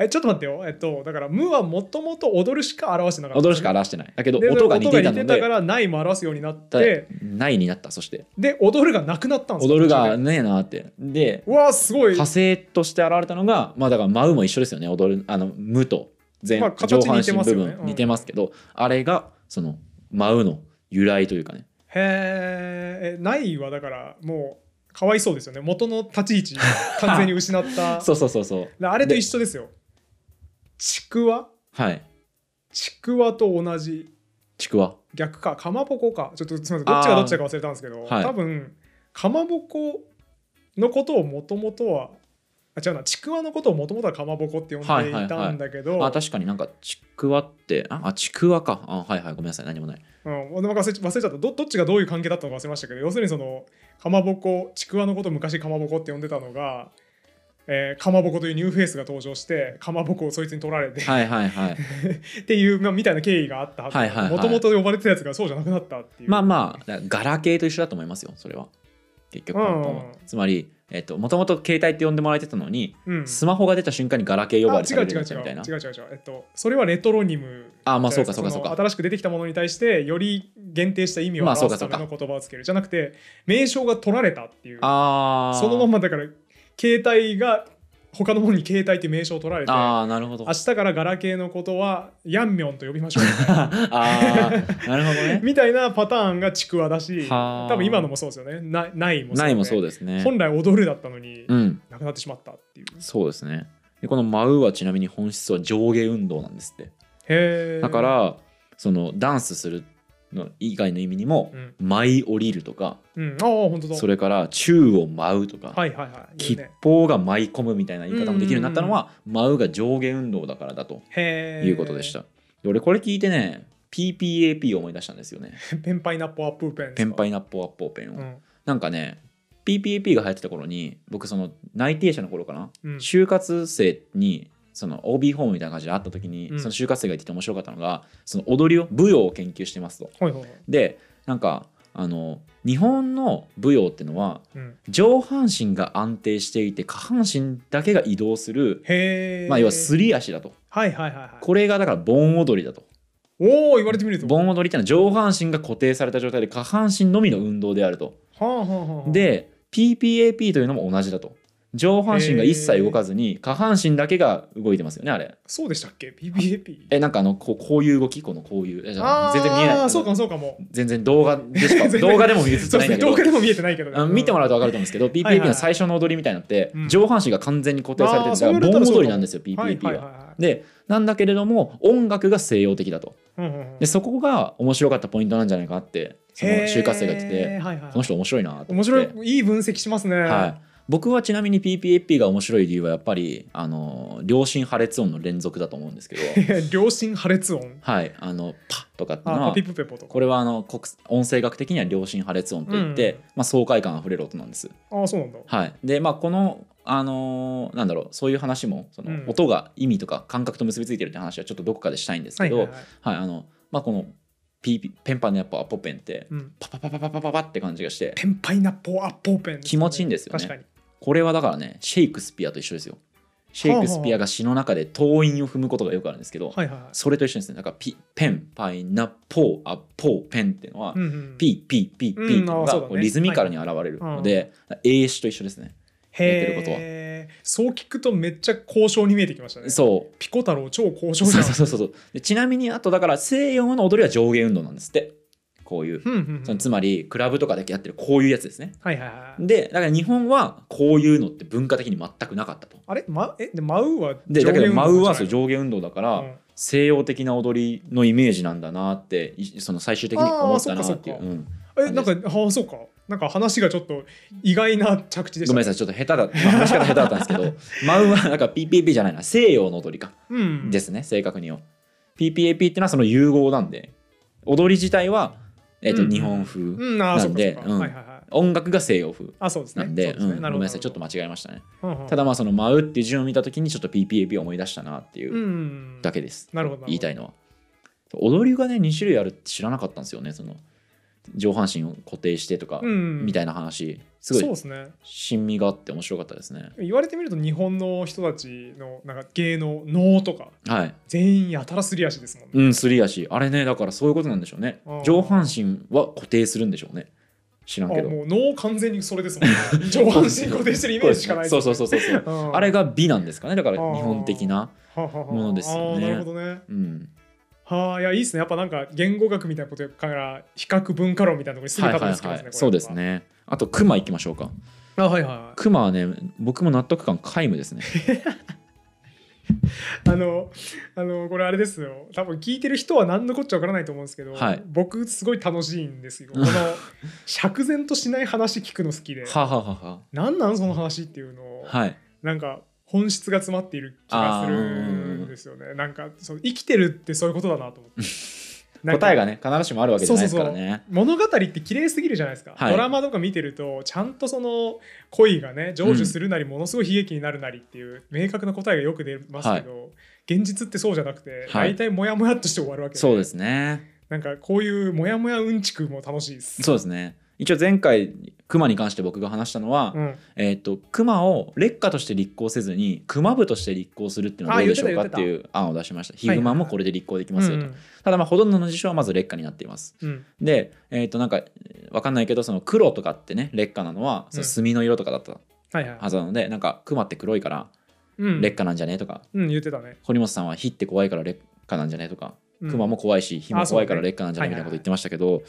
S1: えちょっと待ってよえっとだから「無」はもともと踊るしか表してなかった
S2: 踊るしか表してないだけど
S1: で
S2: 音が似ていたの
S1: 音が似てたか
S2: で
S1: ら「ない」も表すようになっ
S2: だ
S1: て
S2: ないになったそして
S1: で踊るがなくなったんですか
S2: 踊るが
S1: 途中で
S2: ねえなってで
S1: うわーすごい
S2: 派生として現れたのがまあだから舞うも一緒ですよね踊るあの無と全、
S1: まあ形
S2: 上半身
S1: 似てます
S2: 部
S1: よね
S2: 分
S1: うん
S2: 似てますけど、あれがその舞うの由来というかね
S1: へーえないはだからもうかわいそうですよね元の立ち位置完全に失った
S2: そうそうそうそう
S1: であれと一緒ですよちくわ
S2: はい
S1: ちくわと同じ
S2: ちくわ
S1: 逆かかまぼこかちょっとすみませんどっちがどっちだか忘れたんですけど、
S2: はい
S1: 多分かまぼこのことをもともとはあ違うなちくわのことをもともとはかまぼこって呼んでいたんだけど、
S2: あ確かになんかちくわってああちくわかあはいはいごめんなさい何もない
S1: うん、でも忘れち忘れちゃったどどっちがどういう関係だったのか忘れましたけど要するにそのかまぼこちくわのことを昔かまぼこって呼んでたのが、えーかまぼこというニューフェイスが登場してかまぼこをそいつに取られて
S2: はいはいはい
S1: っていう、まあ、みたいな経緯があったはず
S2: はいはいはい
S1: もともと呼ばれてたやつがそうじゃなくなったっていう
S2: まあまあだガラケーと一緒だと思いますよそれは結局本当は
S1: うん
S2: つまりえっともともと携帯って呼んでもらえてたのに
S1: うん、
S2: スマホが出た瞬間にガラケー呼ば
S1: あ
S2: れ
S1: 違
S2: て
S1: う
S2: る
S1: 違う違う
S2: みたいな
S1: 違う違う違うえっとそれはレトロニム
S2: あまあ
S1: じ
S2: そ
S1: ゃ
S2: う
S1: な
S2: か
S1: いです
S2: そうかそう
S1: の
S2: か
S1: 新しく出てきたものに対してより限定した意味を
S2: まあそう
S1: 表
S2: か
S1: す
S2: そ
S1: た
S2: う
S1: め
S2: か
S1: の言葉をつけるじゃなくて名称が取られたっていう
S2: あー
S1: そのままだから携帯が他のものに携帯っていう名称を取られて明
S2: あーなるほどあ
S1: 日からガラケーのことはヤンミョンと呼びましょうみたいな
S2: あーなるほどね
S1: みたいなパターンがちくわだし
S2: はー
S1: 多分今のもそうですよねなないもそう,、
S2: ないもそうですね
S1: 本来踊るだったのに、
S2: うん
S1: なくなってしまったっていう
S2: そうですねでこの舞うはちなみに本質は上下運動なんですって
S1: へー
S2: だか、らそのダンスするの以外の意味にも
S1: うん
S2: 舞い降りるとか
S1: うん、ああ本当だ
S2: それから宙を舞うとか
S1: はいはいはいいい
S2: 吉
S1: ね
S2: 報が舞い込むみたいな言い方もできるようになったのは舞うが上下運動だからだと
S1: へー
S2: いうことでしたで俺これ聞いてね PPAP を思い出したんで すよね
S1: ペンパイナッポアップーペン
S2: ペンパ
S1: イ
S2: イナッポーアッポーペン
S1: う
S2: を
S1: ん
S2: なんかね PPAP が流行ってた頃に僕その内定者の頃かな
S1: うん
S2: 就活生にその OB ホームみたいな感じで会った時に
S1: うん
S2: その就活生が言ってて面白かったのがその踊りを舞踊を研究してますと
S1: はいはいはい
S2: でなんかあの日本の舞踊ってのは
S1: うん
S2: 上半身が安定していて下半身だけが移動する、
S1: へえ
S2: まあ、要はすり足だと
S1: はいはいはいはい
S2: これがだから盆踊りだと
S1: おお言われてみると
S2: 盆踊りってのは上半身が固定された状態で下半身のみの運動であると
S1: はあはあはあ
S2: で PPAP というのも同じだと上半身が一切動かずに下半身だけが動いてますよねあれ
S1: そうでしたっけ ?PBAP?
S2: えなんかあのこうこういう動きこのこういうえじゃ
S1: あ
S2: あ
S1: ー
S2: 全然見えない
S1: そうかもそうかも。
S2: 全然動画でしか
S1: 全然
S2: 動画でも見え
S1: そ
S2: て
S1: う
S2: な
S1: ですね、
S2: いんだけど
S1: 動画でも見えてないけどね、
S2: あの見ても
S1: ら
S2: らうと分かると思うんですけど
S1: はい
S2: PPAP の最初の踊りみたいなのって
S1: うん
S2: 上半身が完全に固定されて
S1: あー
S2: る
S1: そう
S2: だ
S1: 言
S2: か
S1: われたら
S2: ら盆
S1: そう
S2: 踊りなんですよ
S1: はい
S2: PPAP
S1: はいはい
S2: は。
S1: は
S2: でなんだけれども音楽が西洋的だと
S1: い。うんうんうん
S2: でそこが面白かったポイントなんじゃないかなってその
S1: へー
S2: 就活生が言ってて
S1: はいはい
S2: この人面白いなと思って
S1: 面白い、いい分析しますね。
S2: はい、僕はちなみに PPAP が面白い理由はやっぱりあの良心破裂音の連続だと思う んですけど
S1: 良心破裂音。
S2: はいあのパッとかっていうの
S1: あ、
S2: は
S1: パピプペポとか。
S2: これはあの国音声学的には良心破裂音といって、
S1: うん
S2: まあ、爽快感あふれる音なんです
S1: あ、そうなんだ。
S2: はい、でまあこの、あのーなんだろうそういう話もその、
S1: うん
S2: 音が意味とか感覚と結びついてるって話はちょっとどこかでしたいんです
S1: は
S2: け
S1: い
S2: ど、
S1: は
S2: はいい
S1: はい。
S2: あのまあ、このピーピペンパンのやっぱアポペンって
S1: うん。
S2: パパパパパパパパって感じがして
S1: ペンパイナッポーアッポーペン、
S2: 気持ちいいんですよね
S1: 確かに。
S2: これはだからねシェイクスピアと一緒ですよシェイクスピアが詩の中で頭韻を踏むことがよくあるんですけど、
S1: はいはいはい。
S2: それと一緒ですねだからピペンパイナポーアポーペンっていうのは、
S1: うんうん、
S2: ピーピーピーピーっていう
S1: う
S2: の
S1: んあーそうだ
S2: が
S1: ね
S2: こうリズミカルに現れるので、英詞と一緒ですね
S1: へ
S2: やってることは
S1: え。そう聞くとめっちゃ交渉に見えてきましたね。
S2: そう
S1: ピコ太郎超交渉じ
S2: そ
S1: ゃ。
S2: うんそうそうそうでちなみにあとだから西洋の踊りは上下運動なんですってこういう、
S1: うんうん
S2: そうの
S1: ん。
S2: つまりクラブとかでやってるこういうやつですね
S1: はいはいはい。
S2: でだから日本はこういうのって文化的に全くなかったと
S1: あれ、ま、えでマウは
S2: でだけど舞うはそう
S1: 下
S2: 上下運動だから、
S1: うん
S2: 西洋的な踊りのイメージなんだなっていその最終的に思ったなってい
S1: あーそっかそうっ、か
S2: うん
S1: えなんかああそうかなんか話がちょっと意外な着地でし
S2: ご
S1: た
S2: めんなさいちょっと下手だ、まあ話し方下手だったんですけど 舞うはなんか PPP じゃないな西洋の踊りか
S1: うん
S2: ですね、正確によ。PPAP ってのはその融合なんで踊り自体は、えっと
S1: うん
S2: 日本風、
S1: うんああ
S2: な
S1: そ
S2: ん
S1: うかそう
S2: で
S1: か、
S2: うん
S1: はいはいはい
S2: 音楽が西洋風
S1: あそうですね
S2: なんで
S1: そうすね
S2: うん
S1: なるほ
S2: ごめん
S1: ど
S2: なさいちょっと間違えましたね。
S1: うんうん
S2: ただまあその舞うっていう順を見た時にちょっと PPAP を思い出したなっていううんだけです、
S1: なるほどなるほど
S2: 言いたいのは。踊りがね2種類あるって知らなかったんですよねその上半身を固定してとか、
S1: うん
S2: みた
S1: い
S2: いな話す
S1: そう
S2: ご
S1: で
S2: い
S1: すね
S2: 親身があって面白かったですね。
S1: 言われてみると日本の人たちのなんか芸能能とか
S2: はい
S1: 全員やたらすり足ですもんね
S2: うん、すり足。あれね、だからそういうことなんでしょうね
S1: うん。
S2: 上半身は固定するんでしょうね。知ら
S1: あ
S2: んけど。
S1: もう能完全にそれですもんね 上半身固定してるイメージしかない
S2: そうそう
S1: う
S2: そうそうそう。あれが美なんですかね、だから日本的な。
S1: も
S2: ものですよ
S1: な
S2: ね
S1: るほどね
S2: うん。
S1: はあいやいいですねやっぱなんか言語学みたいなことから比較文化論みたいなところにすぐ
S2: は
S1: た
S2: いは
S1: ど
S2: い
S1: り着き
S2: は
S1: ますね、
S2: いそうですねあとクマいきましょうか
S1: これはあはいはいはい
S2: クマはね僕も納得感皆無で すね
S1: あのあのこれあれですよ多分聞いてる人は何のこっちゃわからないと思うんですけど、
S2: はい
S1: 僕すごい楽しいんです よこの釈然としない話聞くの好きで
S2: はあはあはあは
S1: 何なんその話っていうのを、
S2: あはい
S1: なんか本質が詰まっている気がするんですよねなんかそう生きてるってそういうことだなと思って なんか
S2: 答えがね必ずしもあるわけじゃないですからね
S1: 物語って綺麗すぎるじゃないですか、
S2: はい
S1: ドラマとか見てるとちゃんとその恋がね成就するなりものすごい悲劇になるなりっていう明確な答えがよく出ますけど、現実ってそうじゃなくて
S2: はい
S1: 大体モヤモヤっとして終わるわけで
S2: そうですね
S1: なんかこういうモヤモヤうんちくも楽しいです。
S2: そうですね一応前回クマに関して僕が話したのは、
S1: うん、
S2: えっ、とクマを劣化として立候補せずにクマ部として立候補するっていうの
S1: あ
S2: はどうでしょう
S1: 言
S2: か
S1: っ
S2: って
S1: た
S2: て
S1: 言っ
S2: いう案を出しましたヒグマもこれで立候補できますよと、
S1: うん
S2: ただまあほとんどの事象はまず劣化になっています
S1: うん
S2: でえっ、となんかわかんないけどその黒とかってね劣化なのはその墨の色とかだった
S1: はいはい
S2: はずなので、なんかクマって黒いから
S1: うん
S2: 劣化なんじゃねとか、
S1: うん、言ってたね。
S2: 堀本さんは火って怖いから劣化なんじゃねとか
S1: うん
S2: クマも怖いし火も怖いから劣化なんじゃないみたいなこと言ってましたけど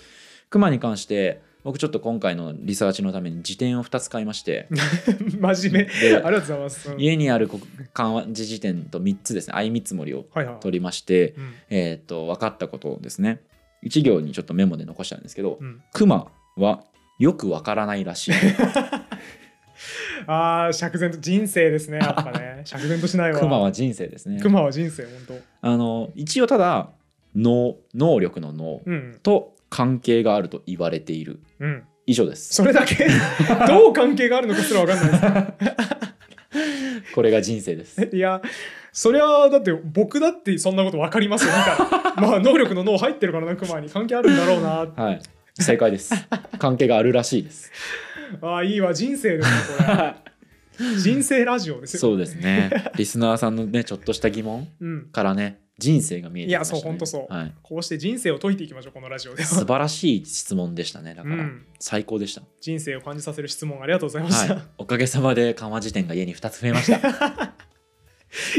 S2: クマに関して僕ちょっと今回のリサーチのために辞典を2つ買いまして
S1: 真面目。あり が
S2: で
S1: とうございます。うん
S2: 家にある国漢字辞典と3つですね相見積もりを
S1: はいはい。
S2: 取りまして、
S1: うん
S2: えー、と分かったことをですね1行にちょっとメモで残したんですけど
S1: うん、
S2: クマはよくわからない らしい
S1: ああ、釈然と人生ですね、やっぱね。釈然としないわ。
S2: クマは人生ですね
S1: 熊は人生、本
S2: あの一応ただ能能力の能
S1: 当。うん。
S2: と関係があると言われている
S1: うん。
S2: 以上です
S1: それだけ どう関係があるのかすら分かんないです
S2: これが人生です
S1: ね。いや、そりゃ、だって僕だってそんなこと分かりますよ、見たら。 まあ、能力の脳入ってるからな、熊に関係あるんだろうな。
S2: はい正解です関係があるらしいです
S1: ああ、いいわ、人生ですね、これ。人生ラジオですよ。
S2: そうですねリスナーさんのねちょっとした疑問
S1: うん。
S2: からね人生が見えてきました、ね、
S1: いやそうほんとそう
S2: はい、
S1: こうして人生を解いていきましょう、このラジオでは。
S2: 素晴らしい質問でしたねだ
S1: う
S2: から、
S1: ん、
S2: 最高でした、
S1: 人生を感じさせる質問ありがとうございまし
S2: は
S1: た、
S2: い、おかげさまで緩和辞典が家に2つ増えま した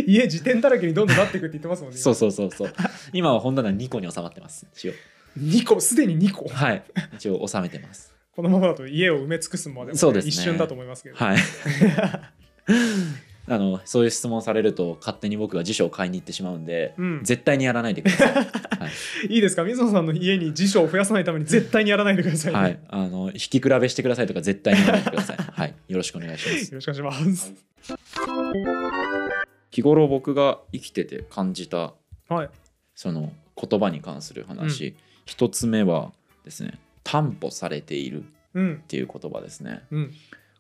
S1: 家辞典だらけにどんどんなっていくって言ってますもんね
S2: そうそうそうそう今は本棚2個に収まってます一応
S1: 2個すでに2個
S2: はい一応収めてます
S1: このままだと家を埋め尽くすまでも
S2: そうですね
S1: 一瞬だと思いますけど、
S2: はい あのそういう質問されると勝手に僕が辞書を買いに行ってしまうんで、
S1: うん
S2: 絶対にやらないでください
S1: いいですか水野さんの家に辞書を増やさないために絶対にやらないでください、
S2: は
S1: よ
S2: い、あの引き比べしてくださいとか絶対に言わないでく ださい。はい、よろしくお願いし ます。
S1: ろしくお願いします
S2: 日頃僕が生きてて感じた
S1: はい
S2: その言葉に関する話、一つ目はですね、担保されているっ
S1: うん
S2: ていう言葉ですね。
S1: うん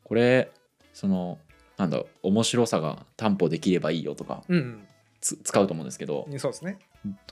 S2: これそのなんだろう面白さが担保できればいいよとか
S1: うん
S2: つ使うと思うんですけど、
S1: うんそうですね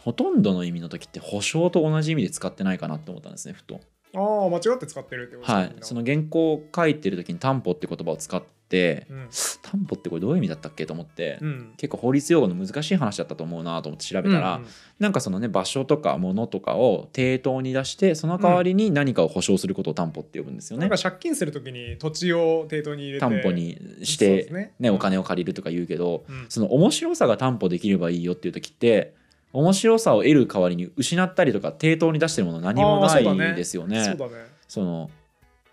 S2: ほとんどの意味の時って保証と同じ意味で使ってないかなって思ったんですねふと。
S1: ああ間違って使ってるってこと
S2: はい、その原稿を書いてる時に担保って言葉を使って、
S1: うん
S2: 担保ってこれどういう意味だったっけと思って、
S1: うん
S2: 結構法律用語の難しい話だったと思うなと思って調べたら、
S1: うん
S2: なんかそのね場所とか物とかを抵当に出してその代わりに何かを保証することを担保って呼ぶんです
S1: う
S2: よ
S1: ん
S2: ね。
S1: なんか借金するときに土地を抵当に入れて
S2: 担保にし
S1: そうで
S2: て
S1: す、ね
S2: ね、お金を借りるとか言うけど、
S1: うん
S2: その面白さが担保できればいいよっていう時って面白さを得る代わりに失ったりとか抵当に出してるもの何も
S1: あ
S2: な
S1: ーそうだね
S2: いですよね。
S1: そうだね
S2: その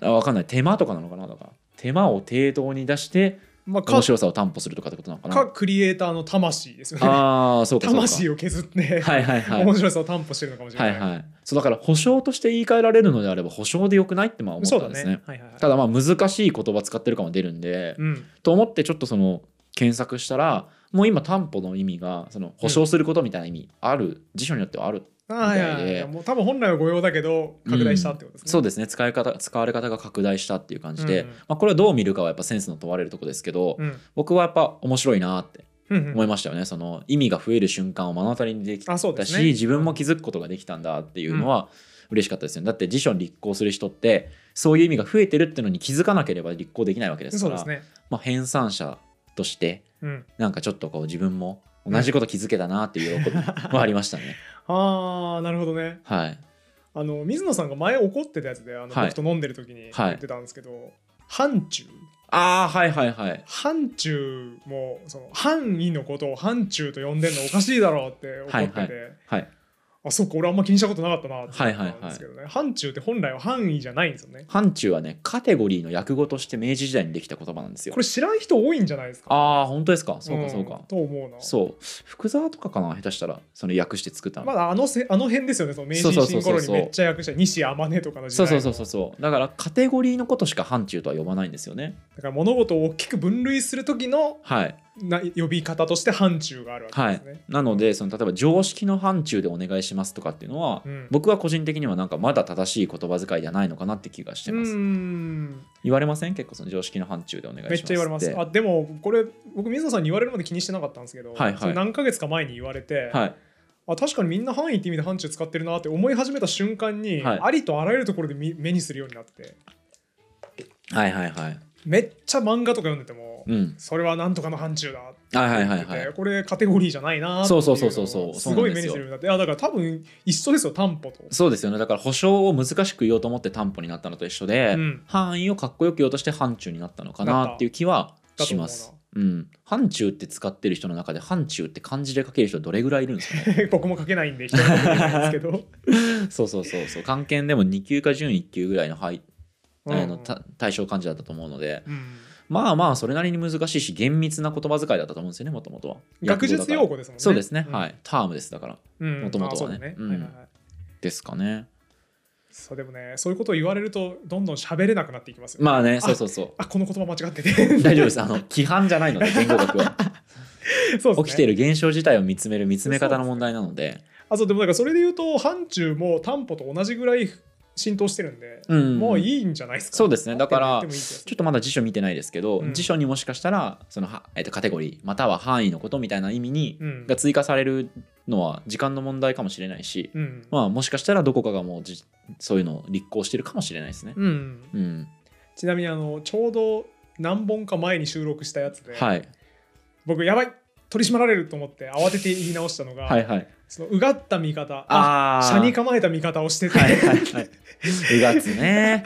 S2: あわかんない手間とかなのかなだから手間を抵当に出して
S1: まあか
S2: 面白さを担保するとかってことなのかな
S1: かクリエイターの魂ですよね
S2: ああそうかそうか
S1: 魂を削って、
S2: はいはいはい
S1: 面白さを担保してるのかもしれ
S2: は
S1: ないい、
S2: はい、そうだから保証として言い換えられるのであれば保証でよくないってまあ思っ
S1: そう
S2: た
S1: だ
S2: ん
S1: ね
S2: ですね
S1: はいはいはい
S2: ただまあ難しい言葉使ってる感は出るんで、
S1: うん
S2: と思ってちょっとその検索したらもう今担保の意味がその保証することみたいな意味ある、辞書によってはある、
S1: ああいやいやいやもう多分本来は御用だけど拡大したってことですね、
S2: そうですね使い方使われ方が拡大したっていう感じで、
S1: うんうん
S2: まあ、これはどう見るかはやっぱセンスの問われるとこですけど、
S1: うん
S2: 僕はやっぱ面白いなって
S1: うんうん
S2: 思いましたよね、その意味が増える瞬間を目の当たりにできた
S1: あ
S2: し、
S1: そうですね
S2: 自分も気づくことができたんだっていうのは嬉しかったですよねだって辞書に立候補する人ってそういう意味が増えてるってのに気づかなければ立候補できないわけです
S1: そ
S2: か
S1: うで
S2: ら
S1: すね、
S2: まあ、編纂者として
S1: うん、
S2: なんかちょっとこう自分も同じこと気づけたなっ ていう喜びはありましたね。
S1: ああなるほどね
S2: はい、
S1: あの水野さんが前怒ってたやつであの、
S2: はい
S1: 僕と飲んでる時に言ってたんですけど範疇
S2: ああはいはいはい。
S1: 範疇もその範囲のことを範疇と呼んでるのおかしいだろうって怒ってて、
S2: はいはいはい、
S1: あそうか俺あんま気にしたことなかったなって
S2: はいはいはい
S1: 思ったんですけどね範疇って本来は範囲じゃないんですよね
S2: 範疇はねカテゴリーの訳語として明治時代にできた言葉なんですよ
S1: これ知らん人多いんじゃないですか
S2: ああ本当ですかそうかそうか、
S1: んと思うな
S2: そう福沢とかかな下手したらその訳して作ったの、
S1: まだあのせあの辺ですよねその明治
S2: そうそう
S1: 維
S2: そ
S1: 新
S2: うそう
S1: 頃にめっちゃ訳した西天音とかの時
S2: そう
S1: 代
S2: そう
S1: の
S2: そうそうそうだからカテゴリーのことしか範疇とは呼ばないんですよね
S1: だから物事を大きく分類する時の
S2: はい
S1: な呼び方として範疇があるわけ
S2: は
S1: で
S2: い
S1: すね、
S2: なのでその例えば常識の範疇でお願いしますとかっていうのは、
S1: うん
S2: 僕は個人的にはなんかまだ正しい言葉遣いじゃないのかなって気がして
S1: う
S2: ます、
S1: ーん
S2: 言われません結構その常識の範疇でお願いします
S1: めっちゃ言われます
S2: て
S1: あでもこれ僕水野さんに言われるまで気にしてなかったんですけど、
S2: はいはい
S1: それ何ヶ月か前に言われて、
S2: はい
S1: あ確かにみんな範囲って意味で範疇使ってるなって思い始めた瞬間に、
S2: はい
S1: ありとあらゆるところでみ目にするようになって
S2: はいはいはい
S1: めっちゃ漫画とか読んでても、
S2: うん
S1: それはなんとかの範疇だって
S2: はいは
S1: 言
S2: いは
S1: っ
S2: い
S1: てて、
S2: はい
S1: これカテゴリーじゃないなってい
S2: そう
S1: のを
S2: そうそうそうそう
S1: すごい目にするようになってあだから多分一緒ですよ担保と。
S2: そうですよねだから保証を難しく言おうと思って担保になったのと一緒で、
S1: うん
S2: 範囲をかっこよく言おうとして範疇になったのかなっていう気はします。うん、範疇って使ってる人の中で範疇って漢字で書ける人どれぐらいいるんですかね
S1: 僕も書けないんで人には書けないんですけど、
S2: そうそうそうそう漢検でも2級か準1級ぐらいの,、はい、
S1: うん
S2: あのた対象漢字だったと思うので
S1: うん
S2: まあまあそれなりに難しいし厳密な言葉遣いだったと思うんですよねもともとは
S1: 学術用語
S2: 語だから
S1: ですもんね。。
S2: そうですね、はいいタームですだから
S1: も
S2: 元々はねうん
S1: はいはいはい
S2: ですかね
S1: そうでもねそういうことを言われるとどんどん喋れなくなっていきますよ、
S2: まあねそうそうそう
S1: あこの言葉間違ってて
S2: 大丈夫ですあの規範じゃないので言語学 は
S1: そうです、ね、
S2: 起きてい
S1: る
S2: る現象自体を見つめる見つめ方の問題なので
S1: あそうでもなんかそれで言うと範疇も担保と同じぐらい浸透してるんで、
S2: うん
S1: もういいんじゃないですか
S2: そうですねだから
S1: あってもいい気がす
S2: ちょ
S1: る
S2: っとまだ辞書見てないですけど、
S1: うん
S2: 辞書にもしかしたらその、はえっとカテゴリーまたは範囲のことみたいな意味に、
S1: うん
S2: が追加されるのは時間の問題かもしれないし、
S1: うん
S2: まあ、もしかしたらどこかがもうじそういうのを立候補してるかもしれないですね。
S1: うん、
S2: うん
S1: ちなみにあのちょうど何本か前に収録したやつで、
S2: はい、
S1: 僕やばい取り締まられると思って慌てて言い直したのが、
S2: はいはい。
S1: そのうがった見方あ
S2: あー
S1: 車に構えた見方をしてて、
S2: はいはいはい。うがつね。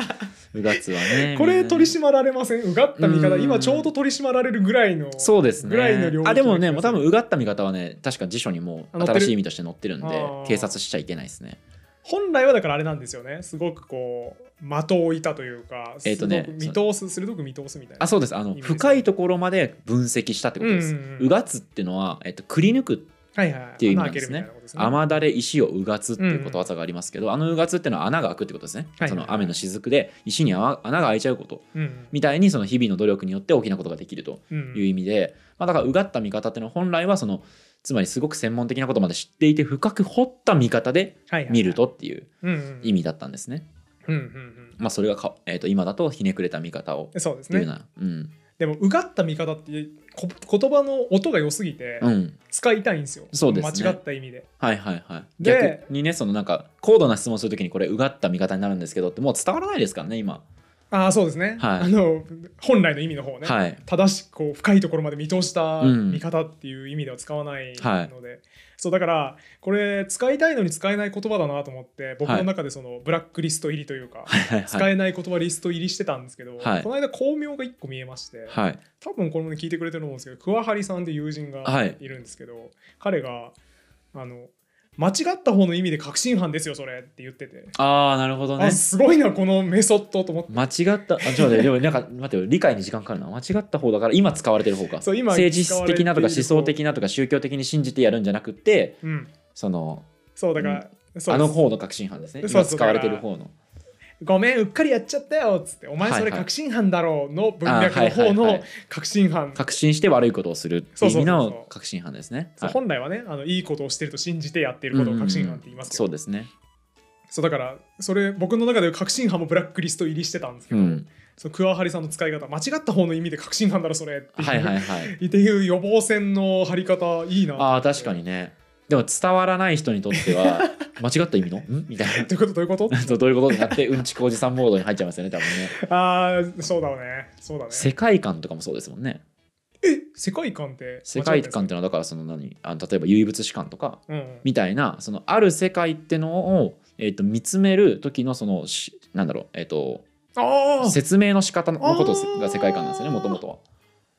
S2: うがつはね。
S1: これ取り締
S2: ま
S1: まられませんうがった見方
S2: うん
S1: 今ちょうど取り締まられるぐらいの
S2: そうですね。
S1: ぐらいの領域
S2: あでもね、
S1: な気がす
S2: もう多
S1: る
S2: 分うがった見方はね、確か辞書にも
S1: あ載ってる
S2: 新しい意味として載ってるんで
S1: あ、ー
S2: 警察しちゃいけないですね。
S1: 本来はだからあれなんですよねすごくこう的を置いたというか
S2: えーとね
S1: すごく見通す鋭く見通すみたいな
S2: あそうですあの
S1: 意味ですね
S2: 深いところまで分析したってことです。
S1: う
S2: うん
S1: うんうん
S2: がつってのは、えっと、くり抜く
S1: はいはいって
S2: いう意味なんですね雨だれ石をうがつっていうことわざがありますけど、あのうがつってのは穴が開くってことですね、
S1: はいはいはい
S2: その雨の雫で石に穴穴が開いちゃうこと
S1: うん
S2: みたいにその日々の努力によって大きなことができると
S1: うん
S2: いう意味で、まあ、だからうがった見方っていうのは本来はそのつまりすごく専門的なことまで知っていて深く掘った見方で見るとっていう意
S1: 味
S2: 味だったんですね。
S1: うんうんうん
S2: まあ、それがか、えー、と今だとひねくれた見方を
S1: そうです
S2: 言う
S1: ね
S2: な、うん
S1: でもうがった見方ってこ言葉の音が良すぎて
S2: うん、
S1: 使いたいんですよ
S2: そうですね
S1: 間違った意味で
S2: はいはいはい。
S1: で
S2: 逆にね、そのなんか高度な質問するときにこれうがった見方になるんですけどってもう伝わらないですからね、今。
S1: ああそうですね
S2: はい
S1: あの本来の意味の方ね
S2: はい。
S1: 正しくこう深いところまで見通した
S2: うん
S1: 見方っていう意味では使わない
S2: はい
S1: ので、そうだからこれ使いたいのに使えない言葉だなと思って僕の中でそのブラックリスト入りというか、
S2: はいはいは
S1: 使
S2: い。
S1: えない言葉リスト入りしてたんですけど、
S2: はい
S1: この間巧妙が1個見えまして、
S2: はい。
S1: 多分これも聞いてくれてると思うんですけど桑張さんって友人
S2: は
S1: が
S2: い
S1: いるんですけど、彼があの間違った方の意味で確信犯ですよそれって言ってて、
S2: ああ、なるほどね
S1: あ。すごいなこのメソッドと思って。
S2: 間違った、あ、ちょっと待って、でもなんか、待ってよ、理解に時間かかるな。間違った方だから、今使われてる方か。
S1: そう今
S2: 政治的なとか思想
S1: な、
S2: 的なとか宗教的に信じてやるんじゃなくて、
S1: うん、
S2: その、
S1: そうだから、そう
S2: あの方の確信犯ですね。
S1: そう
S2: 今
S1: そう
S2: 使われてる方の。
S1: ごめんうっかりやっちゃったよっつってお前そ
S2: は
S1: れ
S2: いはい
S1: 確信犯だろうの文
S2: あ
S1: 脈の方
S2: はいはいは
S1: の
S2: い
S1: 確信犯
S2: 確信して悪いことをするっていう意味
S1: そうそうそうそ
S2: の
S1: う
S2: 確信犯ですね。
S1: そう
S2: はい
S1: 本来はねあのいいことをしてると信じてやってることを確信犯って言いますけど、
S2: そうですね。
S1: そうだからそれ僕の中で確信犯もブラックリスト入りしてたんですけ
S2: う
S1: ど、
S2: ん。
S1: そのクワハリさんの使い方間違った方の意味で確信犯だろそれっていう,、
S2: はいはいはい。
S1: っていう予防線の張り方いいな
S2: ああ確かにねでも伝わらない人にとっ ては間違った意味のんみたい
S1: どういうことどういう こと
S2: などういうことになってうんちくおじさんモードに入っちゃいますよね多分ね
S1: ああそうだねそうだね
S2: 世界観とかもそうですもんね
S1: え世界観って
S2: 世界観っていうのはだからその何あの例えば唯物史観とか
S1: 間違いないです
S2: みたいなそのある世界ってのを、えー、と見つめる時のそのしなんだろうえっ、と
S1: かうん、ああ
S2: 説明の仕方のことを
S1: あー
S2: が世界観なんですよねもともとは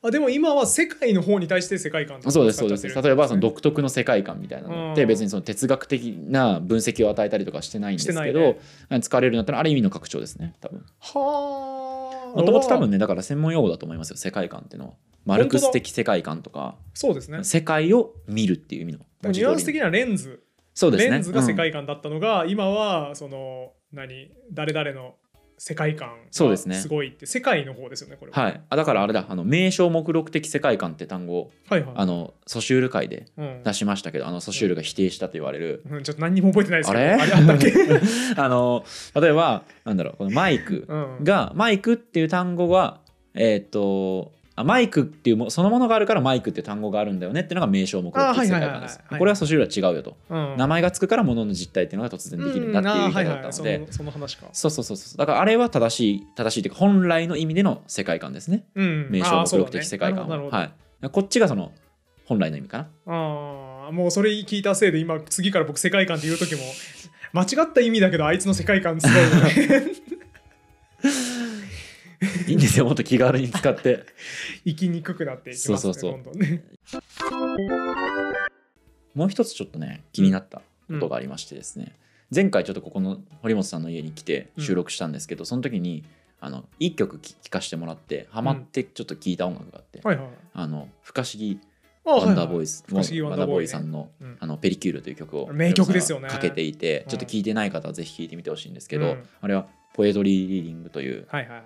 S1: あでも今は世界の方に対して世界観とか
S2: そうですそうで
S1: 使っちゃ
S2: す
S1: ってる
S2: 例えばその独特の世界観みたいなのっ
S1: う
S2: て
S1: ん
S2: 別にその哲学的な分析を与えたりとかしてないんです
S1: してな
S2: け
S1: い
S2: ど、
S1: ね
S2: 使われるようになったらある意味の拡張ですね多分
S1: はあ
S2: もともと多分ねだから専門用語だと思いますよ世界観っていうのはマルクス的世界観とか
S1: そうですね
S2: 世界を見るっていう意味の文字
S1: ニュ
S2: 通
S1: ア
S2: り
S1: ンス的なレンズ、
S2: そうですね
S1: レンズが世
S2: うん
S1: 界観だったのが、今はその何誰々の世界観
S2: そうですね
S1: すごいって世界の方ですよねこれは、
S2: はい、あだからあれだあの名称目録的世界観って単語を
S1: はいはい
S2: あのソシュール界で
S1: うん
S2: 出しましたけどあのソシュールが否定したと言われる、
S1: うん、ちょっと何にも覚えてないです
S2: あ
S1: けど
S2: れ
S1: あれあったっけ、
S2: あの例えばなんだろうこのマイク
S1: うん、
S2: がマイクっていう単語はえーっとあマイクっていうもそのものがあるからマイクっていう単語があるんだよねっていうのが名称目録
S1: あ
S2: 的
S1: はい
S2: 世
S1: はい
S2: 界
S1: はいはい
S2: 観です
S1: はい
S2: これはソシュールは違うよと、
S1: うん
S2: 名前が付くからものの実態っていうのが突然できるんだっていう言い方だったので、
S1: うんあーはいはい、そのその話か、
S2: そうそうそうそうだからあれは正しい正しいというか本来の意味での世界観ですね
S1: うん、
S2: 名称目録的世界観
S1: あーそ
S2: は、
S1: うだねなるほどな
S2: は
S1: る
S2: い、こっちがその本来の意味かな
S1: ほどあーもうそれ聞いたせいで今次から僕世界観って言う時 も間違った意味だけどあいつの世界観すごいよね
S2: いいんですよもっと気軽に使 って
S1: 生きにくくなっていきますね
S2: そうそうそう
S1: どんどんね、
S2: もう一つちょっとね気になったことがありましてですね、前回ちょっとここの堀本さんの家に来て収録したんですけど、その時にあの1曲き聴かせてもらってハマってちょっと聴いた音楽があって、
S1: はいはい
S2: あの不可思議
S1: あー
S2: ワンダーボーイズ、
S1: 不可思議ワンダーボーイね
S2: さんの,、
S1: うん
S2: あのペリキュールという曲を
S1: 名曲ですよね
S2: かけていてちょっと聴いてない方はぜひ聴いてみてほしいんですけど、
S1: うん
S2: あれはポエトリーリーディングという
S1: はいはいはい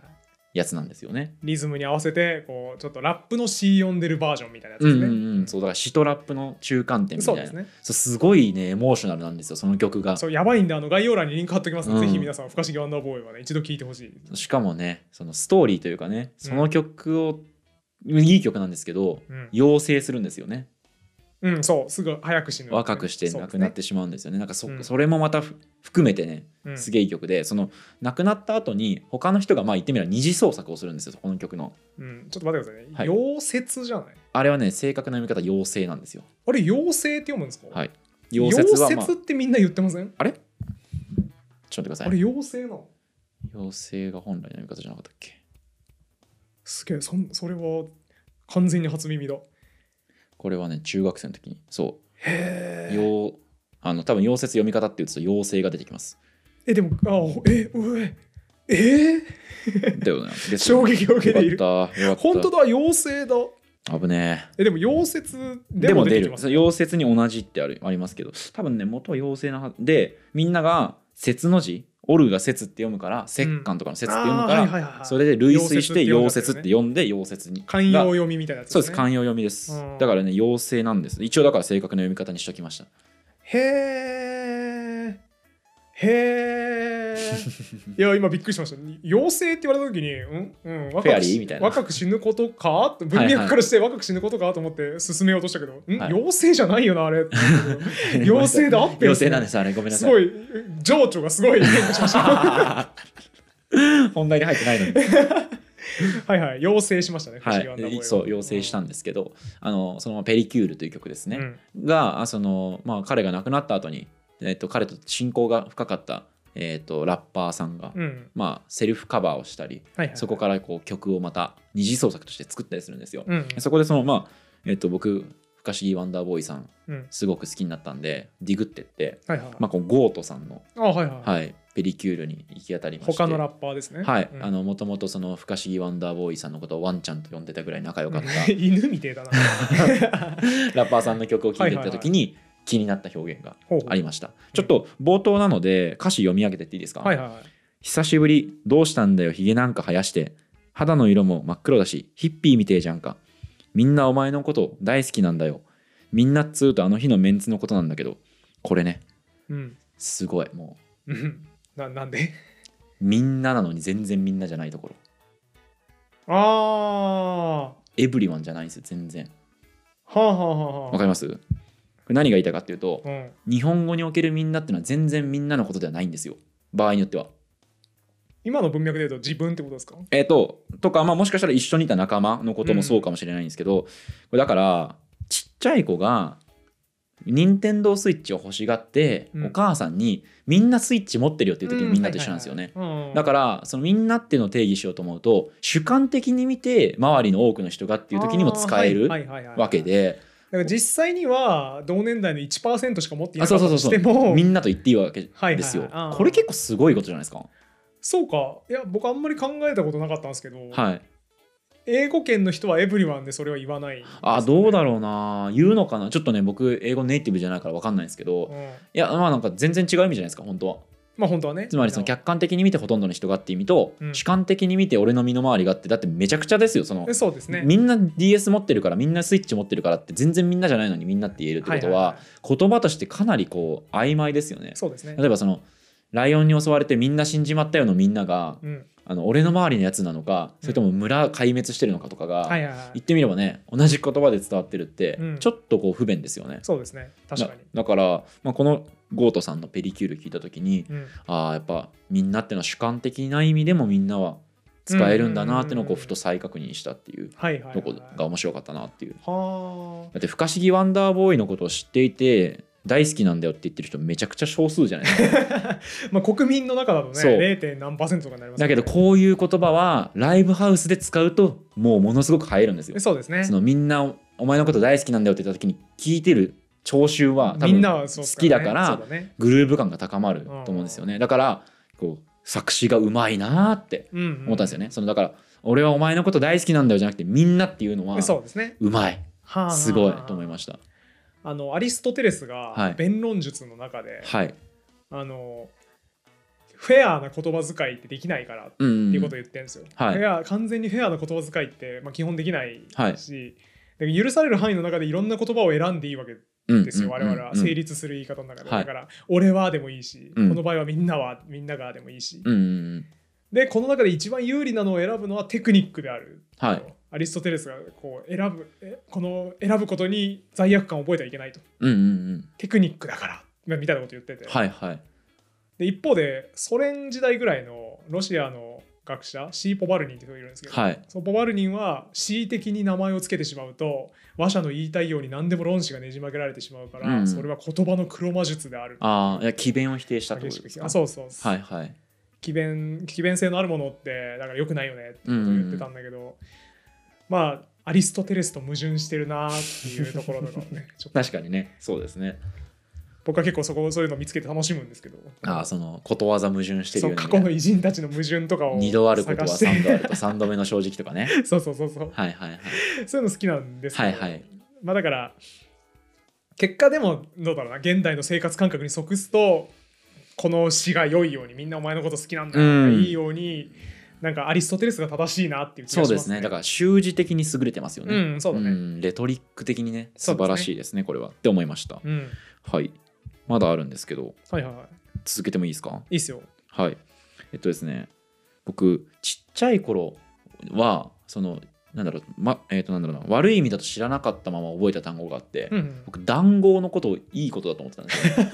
S2: やつなんですよね。
S1: リズムに合わせてこうちょっとラップの詩読んでるバージョンみたいなやつ
S2: う
S1: です
S2: ん
S1: ね。
S2: うんうん、そうだからシトラップの中間点みた
S1: そ
S2: いうな
S1: ですね。
S2: そうすごいねエモーショナルなんですよその曲が
S1: そうやばいんであの概要欄にリンク貼っておきますので、
S2: うん
S1: ぜひ皆さん不可思議ワンダーボーイはね一度聞いてほしい。
S2: しかもねそのストーリーというかね
S1: うん
S2: その曲を、いい曲なんですけど
S1: うん、
S2: 要請するんですよね
S1: うん、そうすぐ早く死ぬ。
S2: 若くして亡くなってしまうんですよねなんかそ,、
S1: うん
S2: それもまたふ含めてね
S1: そうです
S2: す
S1: ね。
S2: げえいい曲で、その亡くなった後に他の人がまあ言ってみれば二次創作をするんですよこの曲の
S1: うん、うんちょっと待ってくださいね。
S2: はい
S1: 溶接じゃない。
S2: あれはね正確な読み方妖精なんですよ
S1: あれ溶接って読むんですか。
S2: はい
S1: 溶
S2: 妖
S1: 接
S2: 説はまあちょっ
S1: ってみんな言ってません。
S2: と待ってくださ
S1: あ
S2: い
S1: れ溶接なの。
S2: 妖精が本来の読み方じゃなかったっけ
S1: すげえそんそれは完全に初耳だ。
S2: これはね中学生の時にそう
S1: へえ。
S2: ようあの多分溶接読み方って打つと妖精が出て きます。
S1: えでもあおえうええ
S2: だよね。
S1: ー、衝撃を受けている。
S2: よかった。よかった
S1: 本当だ溶接だ。
S2: 危ね
S1: えでも溶接
S2: え。
S1: で
S2: で
S1: も
S2: も
S1: 出
S2: 出
S1: てき
S2: る。
S1: ます
S2: そう溶接に同じってあるありますけど、多分ね、元は妖精なはずで、みんなが節の字、オルが節って読むから、石棺とかの節って読むから、
S1: あーはいはいはい
S2: それで類推して
S1: 溶
S2: 溶
S1: 接
S2: 接
S1: っ
S2: ってて
S1: 呼
S2: 読んで、溶接に。
S1: 慣用
S2: が
S1: 読みみたいなやつ
S2: そうです、
S1: ね
S2: 慣用読みです
S1: うん。
S2: だからね、妖精なんです。一応だから正確な読み方にしと きました。
S1: へーへ ーいや今びっくりしました妖精って言われた時にうんうん若く
S2: フェアリーみたいな
S1: 若く死ぬことかと文
S2: はい
S1: 脈からして若く死ぬことかと思って進めようとしたけど、ん
S2: はい
S1: 妖精じゃないよなあれって思った けど妖精で合ってる
S2: 妖精なんです、あれ。ごめんな
S1: す
S2: さい。
S1: ごい情緒がすごい
S2: 本題に入っ てないのに。
S1: はいはい妖精しましたね不思
S2: は
S1: 議ワンダーボーイ
S2: い、そう要請したんですけど、あのそのペリキュールという曲です
S1: うん
S2: ね、があその、まあ、彼が亡くなった後に、えっと彼と親交が深かった、えっとラッパーさんが、
S1: うん、うん
S2: まあ、セルフカバーをしたり、
S1: はいはい
S2: そこからこう曲をまた二次創作として作ったりするんですよ。
S1: うん
S2: そこでその、まあえっと僕不可思議ワンダーボーイさん
S1: うん
S2: すごく好きになったんでディグってって、
S1: はいはい、
S2: まあ、このゴートさんの、
S1: あはいはい、
S2: はい、ペリキュールに行き当たりまして
S1: 他のラッパーですね
S2: はい、
S1: うん
S2: あのもともとその不可思議ワンダーボーイさんのことをワンちゃんと呼んでたぐらい仲良かった
S1: 犬みてえだな。
S2: ラッパーさんの曲を聴いていた時に気になった表現が ありました、ちょっと冒頭なので歌詞読み上げてっていいですか、
S1: はいはいはい。
S2: 久しぶりどうしたんだよひげなんか生やして肌の色も真っ黒だしヒッピーみてえじゃんかみんなお前のこと大好きなんだよみんなっつうとあの日のメンツのことなんだけどこれね
S1: うん。
S2: すごいも
S1: うんななんで
S2: うみんななのに全然みんなじゃないとこ ろ
S1: ああ。は
S2: エブリワンじゃないんですよ全然
S1: あはあはあ
S2: わか
S1: は
S2: りますこれ何が言いたいかっていうと
S1: あ。うん。
S2: 日本語におけるみんなってのは全然みんなのことではないんですよ場合によっては
S1: 今の文脈で言うと自分ってことですか
S2: えっ、と、とか、まあ、もしかしたら一緒にいた仲間のこともそうかもしれないんですけど、これだから、ちっちゃい子が、任天堂スイッチを欲しがって、
S1: うん
S2: お母さんにみんなスイッチ持ってるよっていう時にみんなと一緒なんですよね。だ
S1: ら
S2: からそのみんなっていうのを定義しようと思うと主観的に見て周りの多くの人がっていう時にも使えるわけで
S1: だから実際には同年代の1%しか持っていな
S2: あ
S1: か
S2: そう
S1: った
S2: そうそ
S1: と
S2: うそ
S1: し
S2: う
S1: ても
S2: みんなと言っていいわけ
S1: はいはいはい
S2: ですよ
S1: あー
S2: これ結構すごいことじゃないですか
S1: そうかいや僕あんまり考えたことなかったんですけど、
S2: はい
S1: 英語圏の人はエブリワンでそれは言わない、
S2: あどうだ
S1: ろ
S2: ろうな言うのかなちょっとね僕英語ネイティブじゃないから分かんないんですけど
S1: ん、
S2: いやまあなんか全然違う意味じゃないですか本当は
S1: まあ本当はね
S2: つまりその客観的に見てほとんどの人がって意味と
S1: うん
S2: 主観的に見て俺の身の回りがってだってめちゃくちゃですよその
S1: えそうですね
S2: みんな DS 持ってるからみんなスイッチ持ってるからって全然みんなじゃないのにみんなって言えるってこと
S1: いい
S2: は言葉としてかなりこう曖昧ですよね
S1: い。そうですね
S2: 例えばそのライオンに襲われてみんな死んじまったよのみんなが
S1: うん
S2: あの俺の周りのやつなのかそれとも村壊滅してるのかとかが、
S1: はいはいはい
S2: 言ってみればね同じ言葉で伝わってるって
S1: うん
S2: ちょっとこう不便ですよね。
S1: そうですね確かに
S2: だだから、まあ、このゴートさんの「ペリキュール」聞いた時に
S1: うん
S2: ああやっぱみんなってのは主観的な意味でもみんなは使えるんだなってのをこう
S1: うん
S2: ふと再確認したっていう
S1: はいはいはい
S2: とこが面白かったなっていう。
S1: はあ
S2: だって「不可思議ワンダーボーイ」のことを知っていて大好きなんだよって言ってる人めちゃくちゃ少数じゃない ですか。
S1: まあ国民の中だとね
S2: そう
S1: 0. 何パーセントとかになります
S2: だ
S1: よ
S2: け
S1: ね
S2: どこういう言葉はライブハウスで使うともうものすごく映えるんですよ
S1: え。そうですね
S2: そのみんなお前のこと大好きなんだよって言った時に聞いてる聴衆は多
S1: みん
S2: 分
S1: なは
S2: 好
S1: そうっす
S2: きだか
S1: そう
S2: ら
S1: だね
S2: グルーヴ感が高まると思うんですよね。だからこう作詞がうまいなーって
S1: うんうん
S2: 思ったんですよね。そのだから俺はお前のこと大好きなんだよじゃなくてみんなっていうのは
S1: えそうですね
S2: うまい
S1: はあ
S2: すごいと思いました。
S1: あのアリストテレス
S2: は
S1: が
S2: い
S1: 弁論術の中で、
S2: はい。
S1: あのフェアな言葉遣いってできないからっ
S2: うんうん、
S1: ていうことを言ってるんですよ、
S2: はい
S1: フェア完全にフェアな言葉遣いって、まあ、基本できない
S2: はい
S1: し、で許される範囲の中でいろんな言葉を選んでいいわけ
S2: うんうんうん
S1: ですよ、我々は成。立する言い方の中で、
S2: はい
S1: だから俺はでもいいし、
S2: うん
S1: この場合はみんなはみんながでもいいし、
S2: うんうんうん。
S1: でこの中で一番有利なのを選ぶのはテクニックである、
S2: はい。
S1: アリストテレスがこう選ぶえこの選ぶことに罪悪感を覚えてはいけないと
S2: うんうんうん。
S1: テクニックだからまあみたいなこと言ってて、
S2: はいはい。
S1: で一方でソ連時代ぐらいのロシアの学者シー・ポバルニンって人がいるんですけど、
S2: はい。
S1: そのポバルニンは恣意的に名前をつけてしまうと話者の言いたいように何でも論旨がねじ曲げられてしまうから、
S2: うん
S1: それは言葉の黒魔術である
S2: ああ、いや、詭弁を否定したって
S1: 激
S2: こと
S1: し
S2: です
S1: く
S2: か。
S1: あそうそうそう
S2: はいはい。
S1: 奇弁奇弁性のあるものってだから良くないよねってことを言ってたんだけど、まあアリストテレスと矛盾してるなっていうところとかを ねちょっと
S2: 確かにね、そうですね。
S1: 僕は結構そこそういうの見つけて楽しむんですけど
S2: ああ、そのことわざ矛盾してる
S1: そ
S2: よ
S1: う
S2: ね
S1: 過
S2: みた
S1: 去
S2: い
S1: の
S2: な
S1: 偉人たちの矛盾とかを
S2: 二度あることは
S1: 探して
S2: 三度あると、三度目の正直とかね。
S1: そうそうそうそう
S2: はいはいはい。
S1: そういうの好きなんですけど、
S2: はいはい。
S1: まあだから結果でもどうだろうな現代の生活感覚に即すとこの詩が良いようにみんなお前のこと好きなんだ、
S2: うん
S1: いいようになんかアリストテレスが正しいなっていう気
S2: そ
S1: が
S2: う
S1: し
S2: で
S1: ますすね
S2: ね。だから、習字的に優れてますよね。
S1: うんそうだね
S2: んレトリック的にね、
S1: そ
S2: 素
S1: うですね
S2: 晴らしいですね、これは。って思いました。
S1: うん
S2: はい。まだあるんですけど、
S1: はいはいはい
S2: 続けてもいいですか
S1: いいっすよ
S2: はい。えっとですね、僕、ちっちゃい頃は、その、なんだろう、ま、えっと、なんだろうな、悪い意味だと知らなかったまま覚えた単語があって、
S1: うんうん、
S2: 僕、談合のことをいいことだと思ってたんです よ、ね。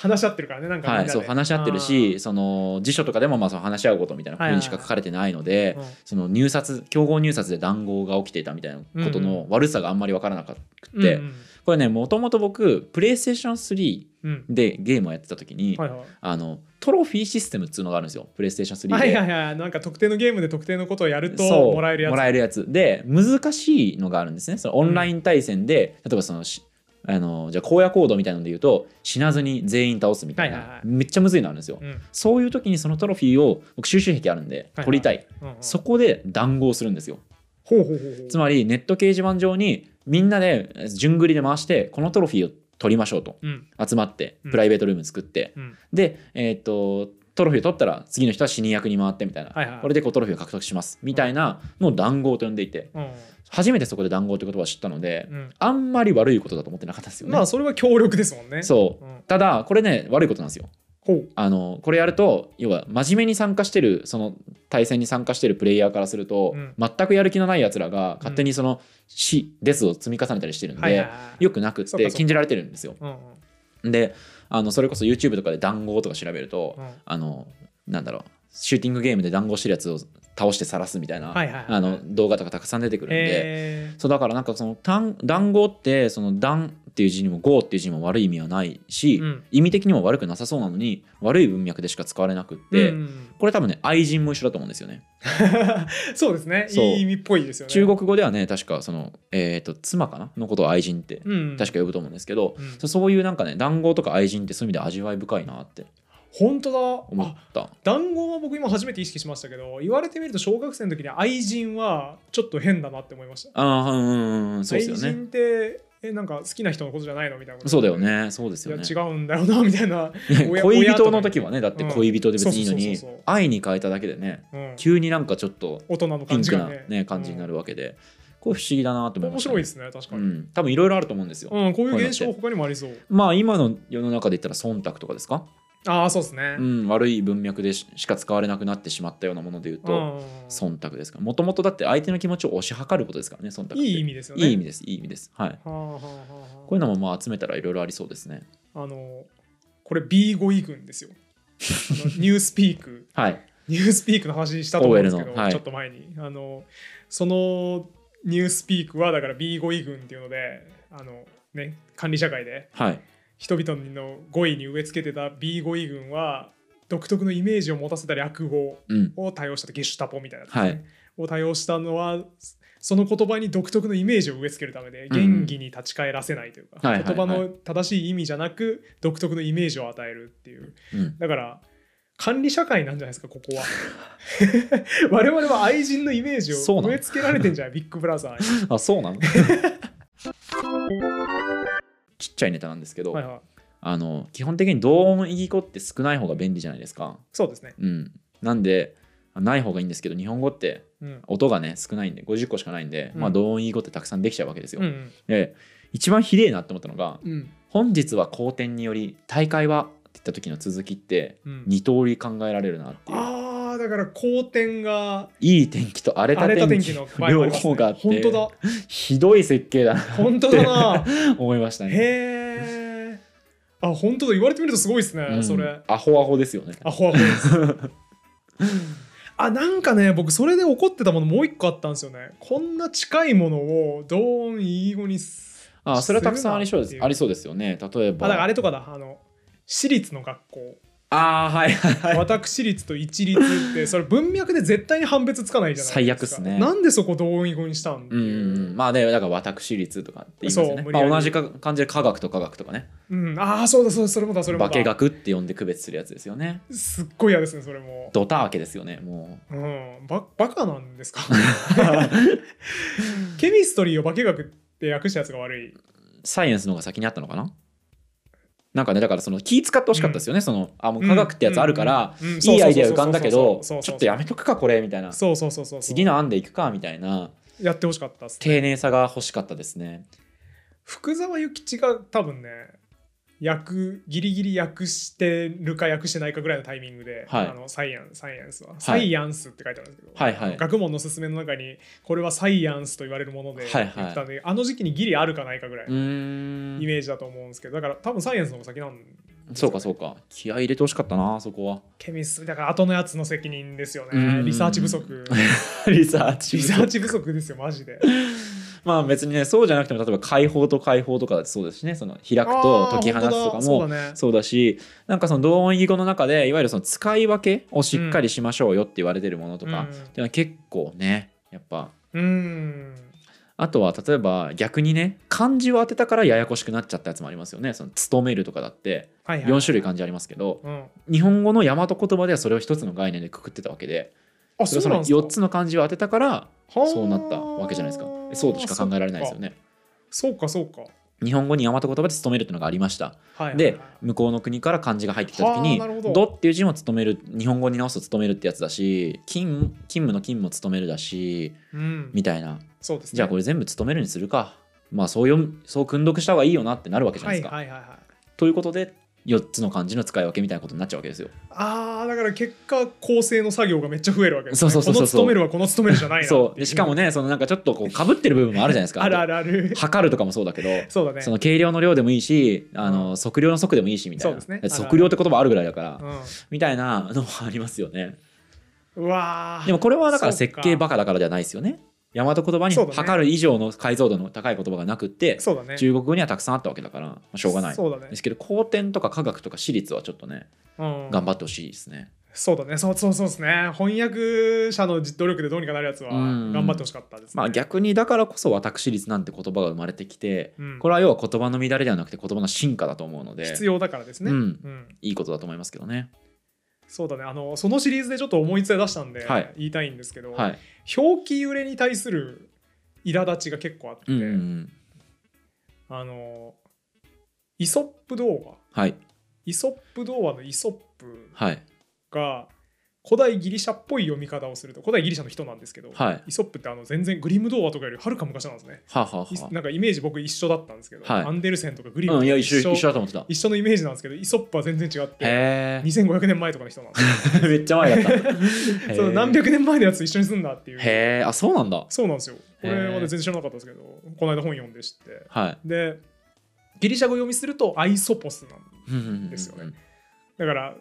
S1: 話し合ってるからねなんかみん
S2: は、
S1: ないで
S2: そう、話し合ってるし、その、辞書とかでも、まあ、その話し合うことみたいな風にしか書かれてないの
S1: あ
S2: で
S1: ー、うん
S2: その入札競合入札で談合が起きていたみたいなこと
S1: うんう
S2: の悪さがあんまり分からなくって、
S1: うん
S2: これねもともと僕プレイステーション3
S1: うんうん
S2: でゲームをやってた時に、
S1: はいはい
S2: あのトロフィーシステムっつうのがあるんですよプレイステーション3で、
S1: はいはいはいなんか特定のゲームで特定のことをやると
S2: そう
S1: もらえるやつ
S2: で難しいのがあるんですねそのオンライン対戦で、例えばそのしあのじゃあ荒野行動みたいなので言うと死なずに全員倒すみたいな、
S1: はいはいはい
S2: めっちゃむずいのあるんですよ、
S1: うん
S2: そういう時にそのトロフィーを僕収集癖あるんで
S1: はい
S2: 取りたい、
S1: うんうん
S2: そこで談合するんですよ
S1: ほうほうほうほう
S2: つまりネット掲示板上にみんなで順繰りで回してこのトロフィーを取りましょうと
S1: うん
S2: 集まって
S1: うん
S2: プライベートルーム作って、
S1: うん
S2: で、えー、とトロフィーを取ったら次の人は死人役に回ってみたいな、
S1: はいはい
S2: これでこうトロフィーを獲得しますみたいなのを談合と呼んでいて
S1: うん
S2: 初めてそこで談合って言葉を知ったので、
S1: うん
S2: あんまり悪いことだと思ってなかったですよね。
S1: まあそれは協力ですもんね
S2: そう
S1: うん
S2: ただこれね悪いことなんですよ。
S1: ほう
S2: あのこれやると要は真面目に参加してるその対戦に参加してるプレイヤーからすると、
S1: うん
S2: 全くやる気のないやつらが勝手にその死、ですを積み重ねたりしてるんで、
S1: はいはいはい
S2: よくなくっ
S1: そうか
S2: て
S1: そうか
S2: 禁じられてるんですよ。
S1: うんうん
S2: であのそれこそ YouTube とかで談合とか調べると、
S1: うん
S2: あのなんだろうシューティングゲームで談合してるやつを倒して晒すみたいな、
S1: はいはいはい
S2: あの動画とかたくさん出てくるんで、
S1: え
S2: そうだからなんかその単談合ってその談っていう字にも合っていう字にも悪い意味はないし、
S1: うん
S2: 意味的にも悪くなさそうなのに悪い文脈でしか使われなくって、
S1: うん
S2: これ多分ね愛人も一緒だと思うんですよね。
S1: そうですね
S2: そう
S1: いい意味っぽいですよね
S2: 中国語ではね確かその、えー、と妻かなのことを愛人って
S1: うん、
S2: 確か呼ぶと思うんですけど、
S1: うん
S2: そそういうなんかね談合とか愛人ってそういう意味で味わい深いなって
S1: 本当だ
S2: 思
S1: あ
S2: った。
S1: 談合は僕今初めて意識しましたけど言われてみると小学生の時に愛人はちょっと変だなって思いました、
S2: ああうんうんうんそうですよ
S1: 愛
S2: ね。
S1: 人ってえなんか好きな人のことじゃないのみたいなこと
S2: そうだよねそうです
S1: いや
S2: よね。
S1: 違うんだよなみたいな、親
S2: 恋
S1: 親と
S2: 人
S1: か
S2: の時はねだって恋人で別にいいの
S1: うん
S2: に
S1: そうそうそうそう
S2: 愛に変えただけでね
S1: うん、
S2: 急になんかちょっと
S1: 大人の
S2: ピン
S1: 感じ
S2: ク
S1: が
S2: な、
S1: ね
S2: ね、感じにな
S1: る、
S2: るわけで、これ不思議だなと
S1: うん
S2: 思いま
S1: 面
S2: した
S1: 白い
S2: ね、
S1: ですね確かに、
S2: うん、多分いろいろあると思うんですよ、
S1: うんこう
S2: こう
S1: いうう
S2: いのっ
S1: 現
S2: て
S1: 象他にもありそう
S2: まあ今の世の中で言ったら忖度とかですか、
S1: ああそうですね、
S2: うん、悪い文脈でししか使われなくなってしまったようなもので言うと、
S1: う
S2: 忖度ですかもともとだって相手の気持ちを推し量ることですからね忖度
S1: んいい意
S2: 味、
S1: 味ですよね
S2: いい意味ですいい意味ですはい
S1: はあはあはあ
S2: こういうのもまあ集めたらいろいろありそうですね
S1: あのこれ B5 位群ですよ。あのニュースピーク、
S2: はい
S1: ニュースピークの話したと思うんですけ
S2: OL
S1: ど、
S2: のはい
S1: ちょっと前にあのそのニュースピークはだから B5 位群っていうので、あのね管理社会で
S2: はい
S1: 人々の語彙に植え付けてた B5 位群は独特のイメージを持たせたり悪語
S2: うん
S1: を多用したとゲシュタポみたいなやつです
S2: は
S1: ね、
S2: い
S1: を多用したのはその言葉に独特のイメージを植え付けるためで言義に立ち返らせないというか、
S2: はいはいはい
S1: 言葉の正しい意味じゃなく独特のイメージを与えるっていう
S2: うん
S1: だから管理社会なんじゃないですかここは 我々は愛人のイメージを
S2: そうなの
S1: 植え付けられてんじゃないビッグブラザーに、
S2: あそ うなのちっちゃいネタなんですけど、
S1: はいはい、
S2: あの基本的に同音異義語って少ない方が便利じゃないですか
S1: そうですね、
S2: うん、なんでない方がいいんですけど日本語って
S1: うん
S2: 音がね少ないんで50個しかないんで、
S1: うん
S2: まあ同音異義語ってたくさんできちゃうわけですよ。
S1: うん
S2: で一番ひでえなって思ったのが
S1: うんうん
S2: 「本日は好天により大会は」って言った時の続きって
S1: うん
S2: 二通り考えられるなっていう。
S1: あーだから好天が
S2: いい天気と荒れた
S1: 荒れた天
S2: 天
S1: 気
S2: 気
S1: の
S2: の
S1: 場合もあ
S2: 両
S1: ります
S2: 方
S1: ね
S2: があって
S1: 本当だ
S2: ひどい設計だな
S1: 本当だな
S2: 思いましたね。
S1: へえ。あ、本当だ。言われてみるとすごいですね、
S2: うん
S1: それ。
S2: アホアホですよね。
S1: アホアホ です。あ、なんかね、僕それで怒ってたものもう一個あったんですよね。こんな近いものを同音異義語にす。
S2: あそれはたくさんありそうですす
S1: るなっていう
S2: ありそうですよね。例え
S1: あ、だからあ
S2: ば。
S1: れとかだ。あの、私立の学校。
S2: ああーはいはいはい。
S1: 私立と一律って、それ文脈で絶対に判別つかないじゃないですか。
S2: 最悪っすね
S1: なんでそこ同音異義語にしたんって
S2: うん
S1: いう
S2: うんうん、まあねだから私立とかって言いますよ
S1: そ、
S2: ね
S1: う無理
S2: ま
S1: や
S2: あ、
S1: り
S2: 同じか感じで科学と科学とかね
S1: うん、ああ、そうだ、そうだ、それもだ、それも
S2: 化
S1: だ。
S2: 学って呼んで区別するやつですよね
S1: すっごい嫌ですね、それも。
S2: ドターケですよねも
S1: うん、ババカなんですか ケミストリーを化学って訳したやつが悪い。
S2: うサイエンスの方が先にあったのかななんかねだからその気使ってほしかったですよね、そのあもう 科学ってやつあるから、
S1: うん、うんうん
S2: いいアイデア浮かんだけどち
S1: そうそうそ
S2: ょ
S1: うそう
S2: っとやめとくかこれみたいな
S1: そうそうそうそう
S2: 次の案でいくかみたいな
S1: やってほしかったっすね
S2: 丁寧さが欲しかったですね
S1: 福沢諭吉が多分ね訳ギリギリ訳してるか訳してないかぐらいのタイミングで、
S2: はい
S1: あのサイエンサイエンスは、サイエンスって書いてあるんですけど、
S2: はいはい
S1: 学問の勧めの中にこれはサイエンスと言われるもので、
S2: はいはい
S1: 言ってたんであの時期にギリあるかないかぐらいうの
S2: ー
S1: イ
S2: ん
S1: メージだと思うんですけどだから多分サイエンスの方が先なん
S2: そうかそうか気合い入れてほしかったなそこは
S1: ケミストリーだから後のやつの責任ですよ
S2: う
S1: ね。
S2: ん
S1: リサーチ不足。
S2: リサーチ
S1: リサーチ不足ですよ、マジで。
S2: まあ別にねそうじゃなくても例えば解放と解放とかだってそうですしねその開くと解き放つとか
S1: あー本当だそ
S2: も
S1: うだね。
S2: そうだしなんかその同音異義語の中でいわゆるその使い分けをしっかりしましょうよって言われてるものとか、っていうのは結構ねやっぱ
S1: うん。うん
S2: あとは例えば逆にね漢字を当てたからややこしくなっちゃったやつもありますよねその勤めるとかだって
S1: はいはい、
S2: 4種類漢字ありますけど
S1: うん。
S2: 日本語の大和言葉ではそれを一つの概念でくくってたわけで
S1: あ、
S2: それ
S1: そ
S2: をそう
S1: な
S2: の
S1: んですか
S2: 4つの漢字を当てたから
S1: はー
S2: そうなったわけじゃないですかそうとしか考えられないですよね
S1: そうか、そうか。
S2: 日本語に大和言葉で勤めるっていうのがありました
S1: はいはいはい、
S2: で向こうの国から漢字が入ってきた時に
S1: はあなるほ
S2: 「
S1: ど
S2: ど」っていう字も勤める日本語に直すと勤めるってやつだし勤勤務の勤も勤めるだし
S1: うん、
S2: みたいな
S1: そうですね。
S2: じゃあこれ全部勤めるにするかまあそう読むそう訓読した方がいいよなってなるわけじゃな
S1: はいい
S2: ですか。
S1: はいはいはい。
S2: ということで4つの漢字の使い分けみたいなことになっちゃうわけですよ。
S1: ああ、だから結果、構成の作業がめっちゃ増えるわけです、ね。
S2: そうそうそうそう
S1: この勤めるはこの勤めるじゃないなってい
S2: そうでしかも
S1: ね、
S2: ねそのなんかちょ っとこうかぶってる部分もあるじゃないですか。
S1: あるあるある。
S2: 測るとかもそうだけど。
S1: そうだね。
S2: その計量の量でもいいし、あ
S1: う
S2: の測量の速でもいいしみたいな、
S1: そうですね
S2: 測量って言葉あるぐらいだから、
S1: うん
S2: みたいなのもありますよね。
S1: うわー
S2: でもこれはだから
S1: そう
S2: 設
S1: か
S2: 計バカだからじゃないですよね。大和言葉に
S1: そうだね
S2: 測る以上の解像度の高い言葉がなくって、
S1: そうだね
S2: 中国語にはたくさんあったわけだから、まあしょうがない。
S1: そうだね
S2: で、すけど後天とか科学とか私立はちょっとね
S1: うん、
S2: 頑張ってほしいですね。
S1: そうだねそうそうそうですね翻訳者の努力でどうにかなるやつは
S2: うん
S1: 頑張ってほしかったですね、
S2: まあ逆にだからこそ私立なんて言葉が生まれてきて
S1: うん
S2: これは要は言葉の乱れではなくて言葉の進化だと思うので
S1: 必要だからですね、
S2: うん
S1: うん
S2: いいことだと思いますけどね。
S1: そうだねあのそのシリーズでちょっと思いつい出したんで、
S2: はい
S1: 言いたいんですけど、
S2: はい。
S1: 表記揺れに対する苛立ちが結構あって、
S2: うんうんうん
S1: あのイソップ童話
S2: はい
S1: イソップ童話のイソップ
S2: はい
S1: が古代ギリシャっぽい読み方をすると古代ギリシャの人なんですけど、
S2: はい。は
S1: イソップってあの全然グリム童話とかよりはるか昔なんですね。
S2: あはあはいあ
S1: なんかイメージ僕一緒だったんですけど、
S2: はい
S1: アンデルセンとかグリム
S2: うん、
S1: と
S2: い
S1: か
S2: や
S1: 一
S2: 一緒
S1: 緒,、
S2: 一緒だと思ってた。
S1: 一緒のイメージなんですけどイソップは全然違って
S2: へえ。
S1: 2500年前とかの人なんですよ
S2: めっちゃ前だった。へ ー
S1: その何百年前のやつ一緒にすんだっていう
S2: へえ。あそうなんだ。
S1: そうなんですよこれはね
S2: へー
S1: 全然知らなかったんですけどこの間本読んで知って
S2: はい。
S1: でギリシャ語読みするとアイソポスなんですよね。だから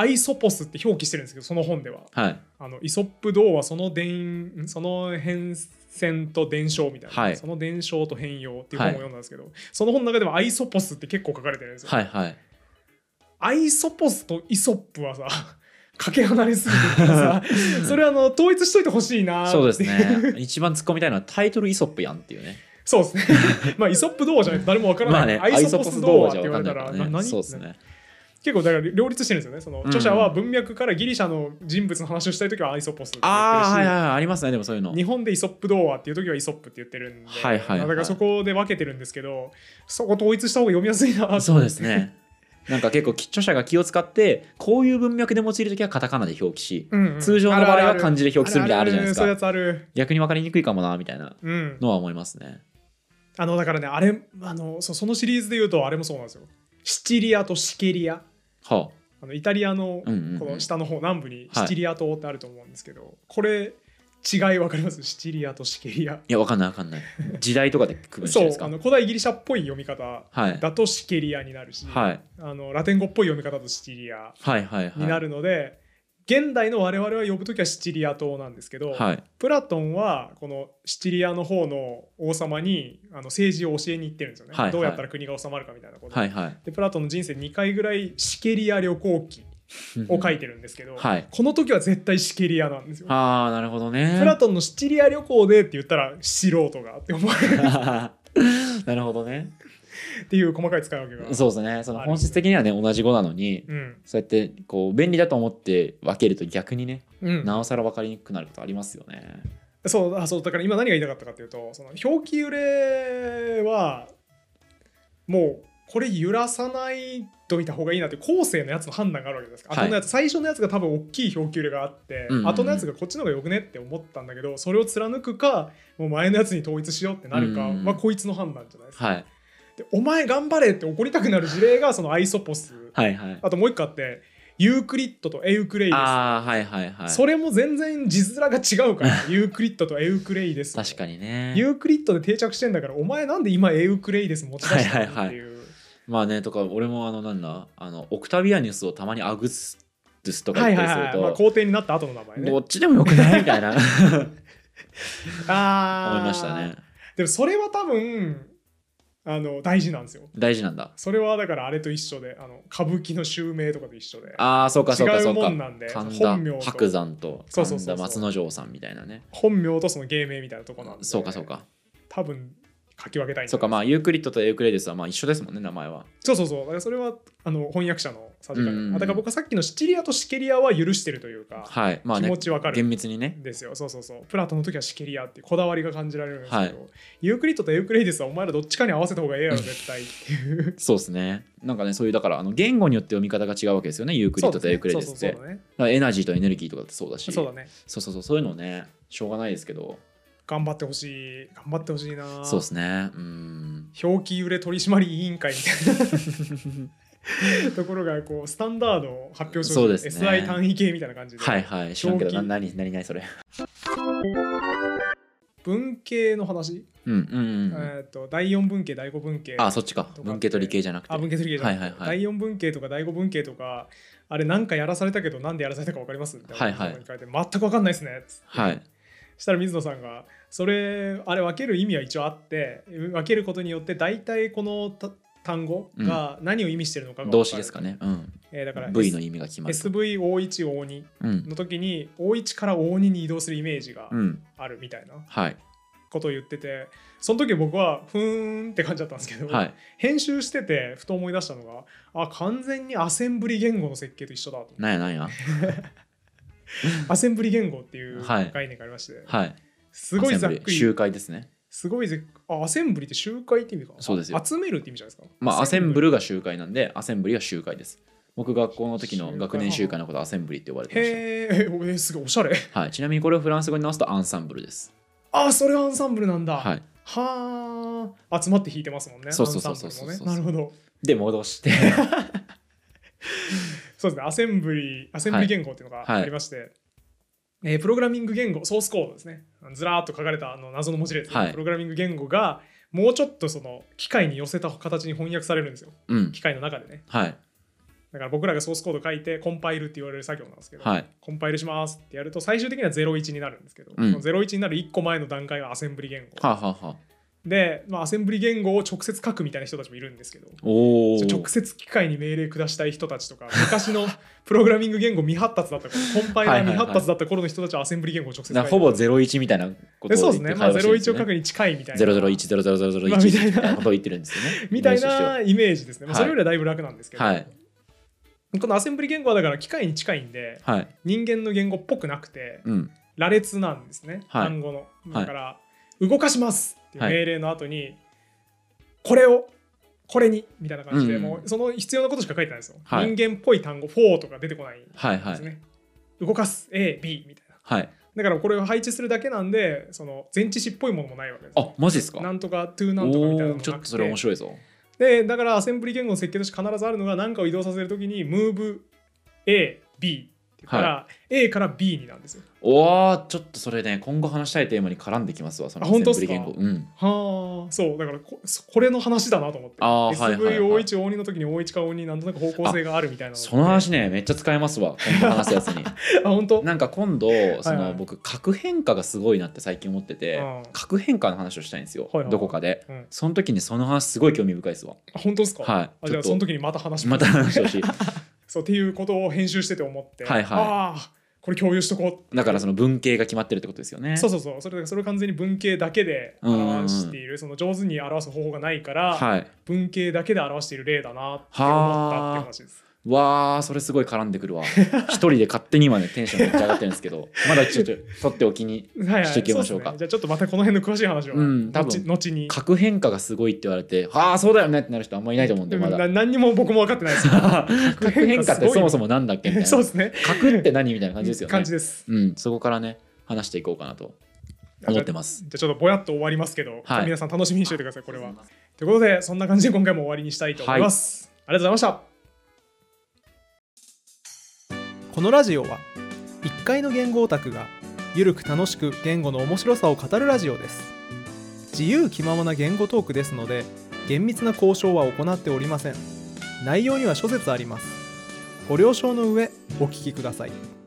S1: アイソポスって表記してるんですけどその本では
S2: はい。
S1: あのイソップ童話その伝んその変遷と伝承みたいな、
S2: はい
S1: その伝承と変容っていう本を読んだんですけど、その本の中でもアイソポスって結構書かれてるんですよ、
S2: はいはい。
S1: アイソポスとイソップはさかけ離れすぎてる からさそれあの統一しといてほしいなーって
S2: そうですね。一番突っ込みたいのはタイトルイソップやんっていうね。
S1: そうですねまあイソップ童話じゃないと誰もわからない、
S2: まあね、
S1: アイソポス童話って言われた
S2: ア
S1: ら
S2: イソポス童話じゃわかんない
S1: な
S2: からね。
S1: 何
S2: そうですね。
S1: 結構だから両立してるんですよねその、
S2: ん
S1: 著者は文脈からギリシャの人物の話をしたい時はアイソポスって言ってるし
S2: ああ、はいはいはい。ありますね、でもそういうの。
S1: 日本でイソップ童話っていう時はイソップって言ってるんで、
S2: はいはいは
S1: だ
S2: い
S1: からそこで分けてるんですけどそこ統一した方が読みやすいな
S2: そうですね。なんか結構著者が気を使ってこういう文脈で用いるときはカタカナで表記し
S1: うんうん
S2: 通常の場合は漢字で表記するみたいなのあ
S1: あ
S2: るじゃないですか
S1: あるあるそういうやつある
S2: 逆に分かりにくいかもなみたいな
S1: うん
S2: のは思いますね。
S1: あのだからねあれあのそうそのシリーズで言うとあれもそうなんですよシチリアとシケリア
S2: は
S1: あのイタリアの
S2: うんうんうん
S1: この下の方南部に
S2: はい
S1: シチリア島ってあると思うんですけど、これ違い分かりますシチリアとシケリア
S2: あ。いやわかんないわかんない。時代とかで区分して
S1: そ
S2: るん
S1: う
S2: ですか
S1: あの古代ギリシャっぽい読み方
S2: はい
S1: だとシケリアになるし、
S2: はい
S1: あのラテン語っぽい読み方だとシチリア
S2: はいはいはい。
S1: になるので、現代の我々は呼ぶ時はシチリア島なんですけど、
S2: はい
S1: プラトンはこのシチリアの方の王様にあの政治を教えに行ってるんですよね、
S2: はいはい
S1: どうやったら国が治まるかみたいなこと、
S2: はいはい。
S1: でプラトンの人生2回ぐらいシケリア旅行記を書いてるんですけど、
S2: はい
S1: この時は絶対シケリアなんですよ。
S2: ああなるほどね。
S1: プラトンのシチリア旅行でって言ったら素人がって思われる
S2: なるほどね。
S1: っていう細かい使い分けが。
S2: そうですね。その本質的にはね同じ語なのに、
S1: うん
S2: そうやってこう便利だと思って分けると逆にね、
S1: うん、
S2: なおさら分かりにくくなることありますよね。
S1: そうあそうだから今何が言いたかったかというとその表記揺れはもうこれ揺らさないといた方がいいなって後世のやつの判断があるわけですから、
S2: はい
S1: 後のやつ最初のやつが多分大きい表記揺れがあって、
S2: うんうんうん
S1: 後のやつがこっちの方がよくねって思ったんだけどそれを貫くかもう前のやつに統一しようってなるか
S2: うんうん
S1: はこいつの判断じゃないですか、
S2: はい
S1: でお前頑張れって怒りたくなる事例がそのアイソポス、
S2: はいはい。
S1: あともう一個あってユークリッドとエウクレイです
S2: ああはいはいはい。
S1: それも全然字面が違うから ユークリッドとエウクレイです
S2: 確かにね。
S1: ユークリッドで定着してんだからお前なんで今エウクレイデス持ち出したの
S2: はい
S1: っ
S2: は
S1: て
S2: い
S1: いう、
S2: まあねとか俺もあのなんだあのオクタビアニウスをたまにアグストゥスとか
S1: は
S2: 言
S1: い
S2: った
S1: はい
S2: り
S1: は
S2: す
S1: い
S2: ると、
S1: まあ、皇帝になった後の名前ね
S2: どっちでもよくないみたい な思い
S1: あー
S2: ましたね。
S1: でもそれは多分あの大事なんですよ
S2: 大事なんだ。
S1: それはだからあれと一緒であの歌舞伎の襲名とかと一緒で
S2: ああそうかそうか
S1: 違
S2: そうう
S1: も
S2: か
S1: ん。なんで
S2: 神
S1: 本名
S2: 田
S1: と
S2: 白山と
S1: そうそうそう
S2: 神
S1: そ
S2: 田
S1: う
S2: 松之丞さんみたいなね
S1: 本名とその芸名みたいなとこなんで
S2: そうかそうか
S1: 多分書き分けたいんだ
S2: そうかまあユークリッドとエウクレデスはまあ一緒ですもんね名前は
S1: そうそうそうだからそれはあの翻訳者のさじ加
S2: うんうんう
S1: 減
S2: ん
S1: あだから僕はさっきのシチリアとシケリアは許してるというか、
S2: はいまあ
S1: 気
S2: ね
S1: 持ちわかる
S2: 厳密にね
S1: ですよそうそうそうプラトンの時はシケリアっていうこだわりが感じられるんですけど、ユークリッドとエウクレイデスはお前らどっちかに合わせた方がええやろ絶対っていう
S2: そうですねなんかねそういうだからあの言語によって読み方が違うわけですよねユークリッドとエウクレデスってだ
S1: そう
S2: か
S1: だね
S2: らエナジーとエネルギーとかってそうだし
S1: そうだね
S2: そうそうそうそういうのねしょうがないですけど
S1: 頑張ってほしい頑張ってほしいな
S2: そうですねうん
S1: 表記揺れ取締り委員会みたい なところがこうスタンダードを発表しよ
S2: そうですね
S1: SI 単位系みたいな感じで、
S2: はいはい知らんけ
S1: 表
S2: ど
S1: 記
S2: な何何何それ
S1: 文系の話、
S2: うんうんうんうん
S1: えー、と第4文系第5文系
S2: あそっちか文系と理系じゃなくて
S1: あ文系と理系じゃなくて
S2: はいはいはい
S1: 第4文系とか第5文系とかあれなんかやらされたけどなんでやらされたか分かりますみたいな
S2: はいはい
S1: 質問に書いて全く分かんないですねつって
S2: はい
S1: したら水野さんがそれあれ分ける意味は一応あって分けることによって大体このた単語が何を意味してるのかが分かる
S2: 動詞ですかね、うん、
S1: えーだから
S2: V の意味が決まる、
S1: SV51O2
S2: うん
S1: の時に O1 から O2 に移動するイメージが
S2: うん
S1: あるみたいな
S2: はい
S1: ことを言っててその時僕はふーんって感じだったんですけど、
S2: はい
S1: 編集しててふと思い出したのがあ完全にアセンブリ言語の設計と一緒だと思って
S2: なんやなんや
S1: アセンブリ言語っていう
S2: はい
S1: 概念がありまして、
S2: はい
S1: すごいざっ
S2: アセン
S1: く
S2: ブリ集
S1: り
S2: 会ですね
S1: すごいぜあアセンブリって集会って意味か
S2: そうですよ
S1: 集めるって意味じゃないですか
S2: まあアセンブ
S1: リ
S2: ルが集会なんでアセンブリは集会です僕学校の時の学年集会のことアセンブリって呼ばれてまし
S1: へーえおえすごいおしゃれ
S2: た、はい、ちなみにこれをフランス語に直すとアンサンブルです
S1: あそれアンサンブルなんだ
S2: は
S1: はいあ集まって弾いてますもんね
S2: そうそうそうそう
S1: アンサンブルもねなるほど
S2: で戻して
S1: そうですね、アセンブリ、アセンブリ言語っていうのが
S2: はい
S1: ありまして、えープログラミング言語、ソースコードですね、ずらーっと書かれたあの謎の文字列、
S2: はい
S1: プログラミング言語がもうちょっとその機械に寄せた形に翻訳されるんですよ、
S2: うん
S1: 機械の中でね。
S2: はい
S1: だから僕らがソースコード書いて、コンパイルって言われる作業なんですけど、
S2: はい
S1: コンパイルしますってやると、最終的には01になるんですけど、
S2: うん
S1: その01になる1個前の段階はアセンブリ言語。
S2: はあ、はあはあ、
S1: で、まあ、アセンブリ言語を直接書くみたいな人たちもいるんですけど、
S2: おお
S1: 直接機械に命令下したい人たちとか昔 のプログラミング言語未発達だった頃コンパイラー未発達だった頃の人たちはアセンブリ言語を直接書いて
S2: ほぼ01みたいなこと
S1: で
S2: を
S1: そうです
S2: 言っ
S1: ね、
S2: て
S1: ま
S2: 会
S1: あ、
S2: 話してるんで
S1: 01
S2: す
S1: を書くに近いみたいな
S2: 0010001
S1: まあ
S2: み
S1: みた
S2: た
S1: いない
S2: なことを言ってるんですよ ね
S1: みたい
S2: イメージとして
S1: なイメージですね、まあ、
S2: は
S1: そ
S2: い
S1: れよりはだいぶ楽なんですけど、
S2: ははい
S1: このアセンブリ言語はだから機械に近いんで
S2: はい
S1: 人間の言語っぽくなくて
S2: うん
S1: 羅列なんですね、
S2: はい
S1: 単語のだから、動かしますっていう
S2: はい
S1: 命令の後に、これをこれにみたいな感じで、
S2: うん
S1: もうその必要なことしか書いてないんですよ、
S2: はい
S1: 人間っぽい単語4とか出てこない
S2: はいは
S1: です
S2: い
S1: ね。動かす A、B みたいな。
S2: はい
S1: だからこれを配置するだけなんで、その前置詞っぽいものもないわけです、
S2: あマジですか
S1: なんとか、to
S2: お
S1: なんとかみたいなのも
S2: お
S1: なく
S2: ち
S1: て
S2: ょっとそれ面白いぞ
S1: で、だからアセンブリ言語の設計として必ずあるのが、何かを移動させるときに、move A、B って言ったら、A から B になんですよ。
S2: おおちょっとそれね今後話したいテーマに絡んできますわその
S1: あ本当っ
S2: セ
S1: す
S2: ン
S1: か
S2: ブリ言語うん
S1: はあ、そう、だからこそこれの話だなと思って。
S2: あーはいはいはい
S1: SV、O1、O2 の時に O1 か O2 なんとなく方向性があるみたいなって
S2: その話ねめっちゃ使えますわ今度話すや つに
S1: あ、本当
S2: なんか今度そ
S1: はいは
S2: の
S1: い
S2: 僕核変化がすごいなって最近思ってて
S1: うん
S2: 核変化の話をしたいんですよ
S1: はいはい
S2: どこかで
S1: うん
S2: その時にその話すごい興味深いですわ
S1: あ本当ですか、
S2: はい
S1: あじゃあ
S2: ち
S1: そ
S2: ょっ
S1: の
S2: と
S1: 時にまた話し
S2: ま
S1: ます
S2: た話してほ しい
S1: そうっていうことを編集してて思って、
S2: はいはい
S1: ああこれ共有しとこう
S2: だからその文系が決まってるってことですよね。
S1: そうそうそうそれそれを完全に文系だけで表しているその上手に表す方法がないから、
S2: はい。
S1: 文系だけで表している例だなって思ったって話です
S2: わー、それすごい絡んでくるわ。一人で勝手に今ね、テンションめっちゃ上がってるんですけど、まだちょっと取っておきに。
S1: はいはい
S2: していきましょう
S1: そ
S2: か
S1: ですねじゃあちょっとまたこの辺の詳しい話を、
S2: うん多分
S1: 後後に
S2: 核変化がすごいって言われて、ああ、そうだよねってなる人あんまいないと思うんで、ま
S1: な
S2: だ。
S1: 何にも僕も分かってないです
S2: 核変化ってそもそ
S1: も
S2: もなんだっけみた い
S1: そう
S2: な。
S1: です ね
S2: 核って何みたいな感じですよね
S1: 感。じです
S2: うん、そこからね、話していこうかなと思ってます。
S1: じゃあちょっとぼやっと終わりますけど、
S2: はい
S1: 皆さん楽しみにしておいてくださいこれはということでそんな感じで今回も終わりにしたいと思います、ありがとうございましたこのラジオは1階の言語オタクがゆるく楽しく言語の面白さを語るラジオです自由気ままな言語トークですので厳密な交渉は行っておりません内容には諸説ありますご了承の上お聞きください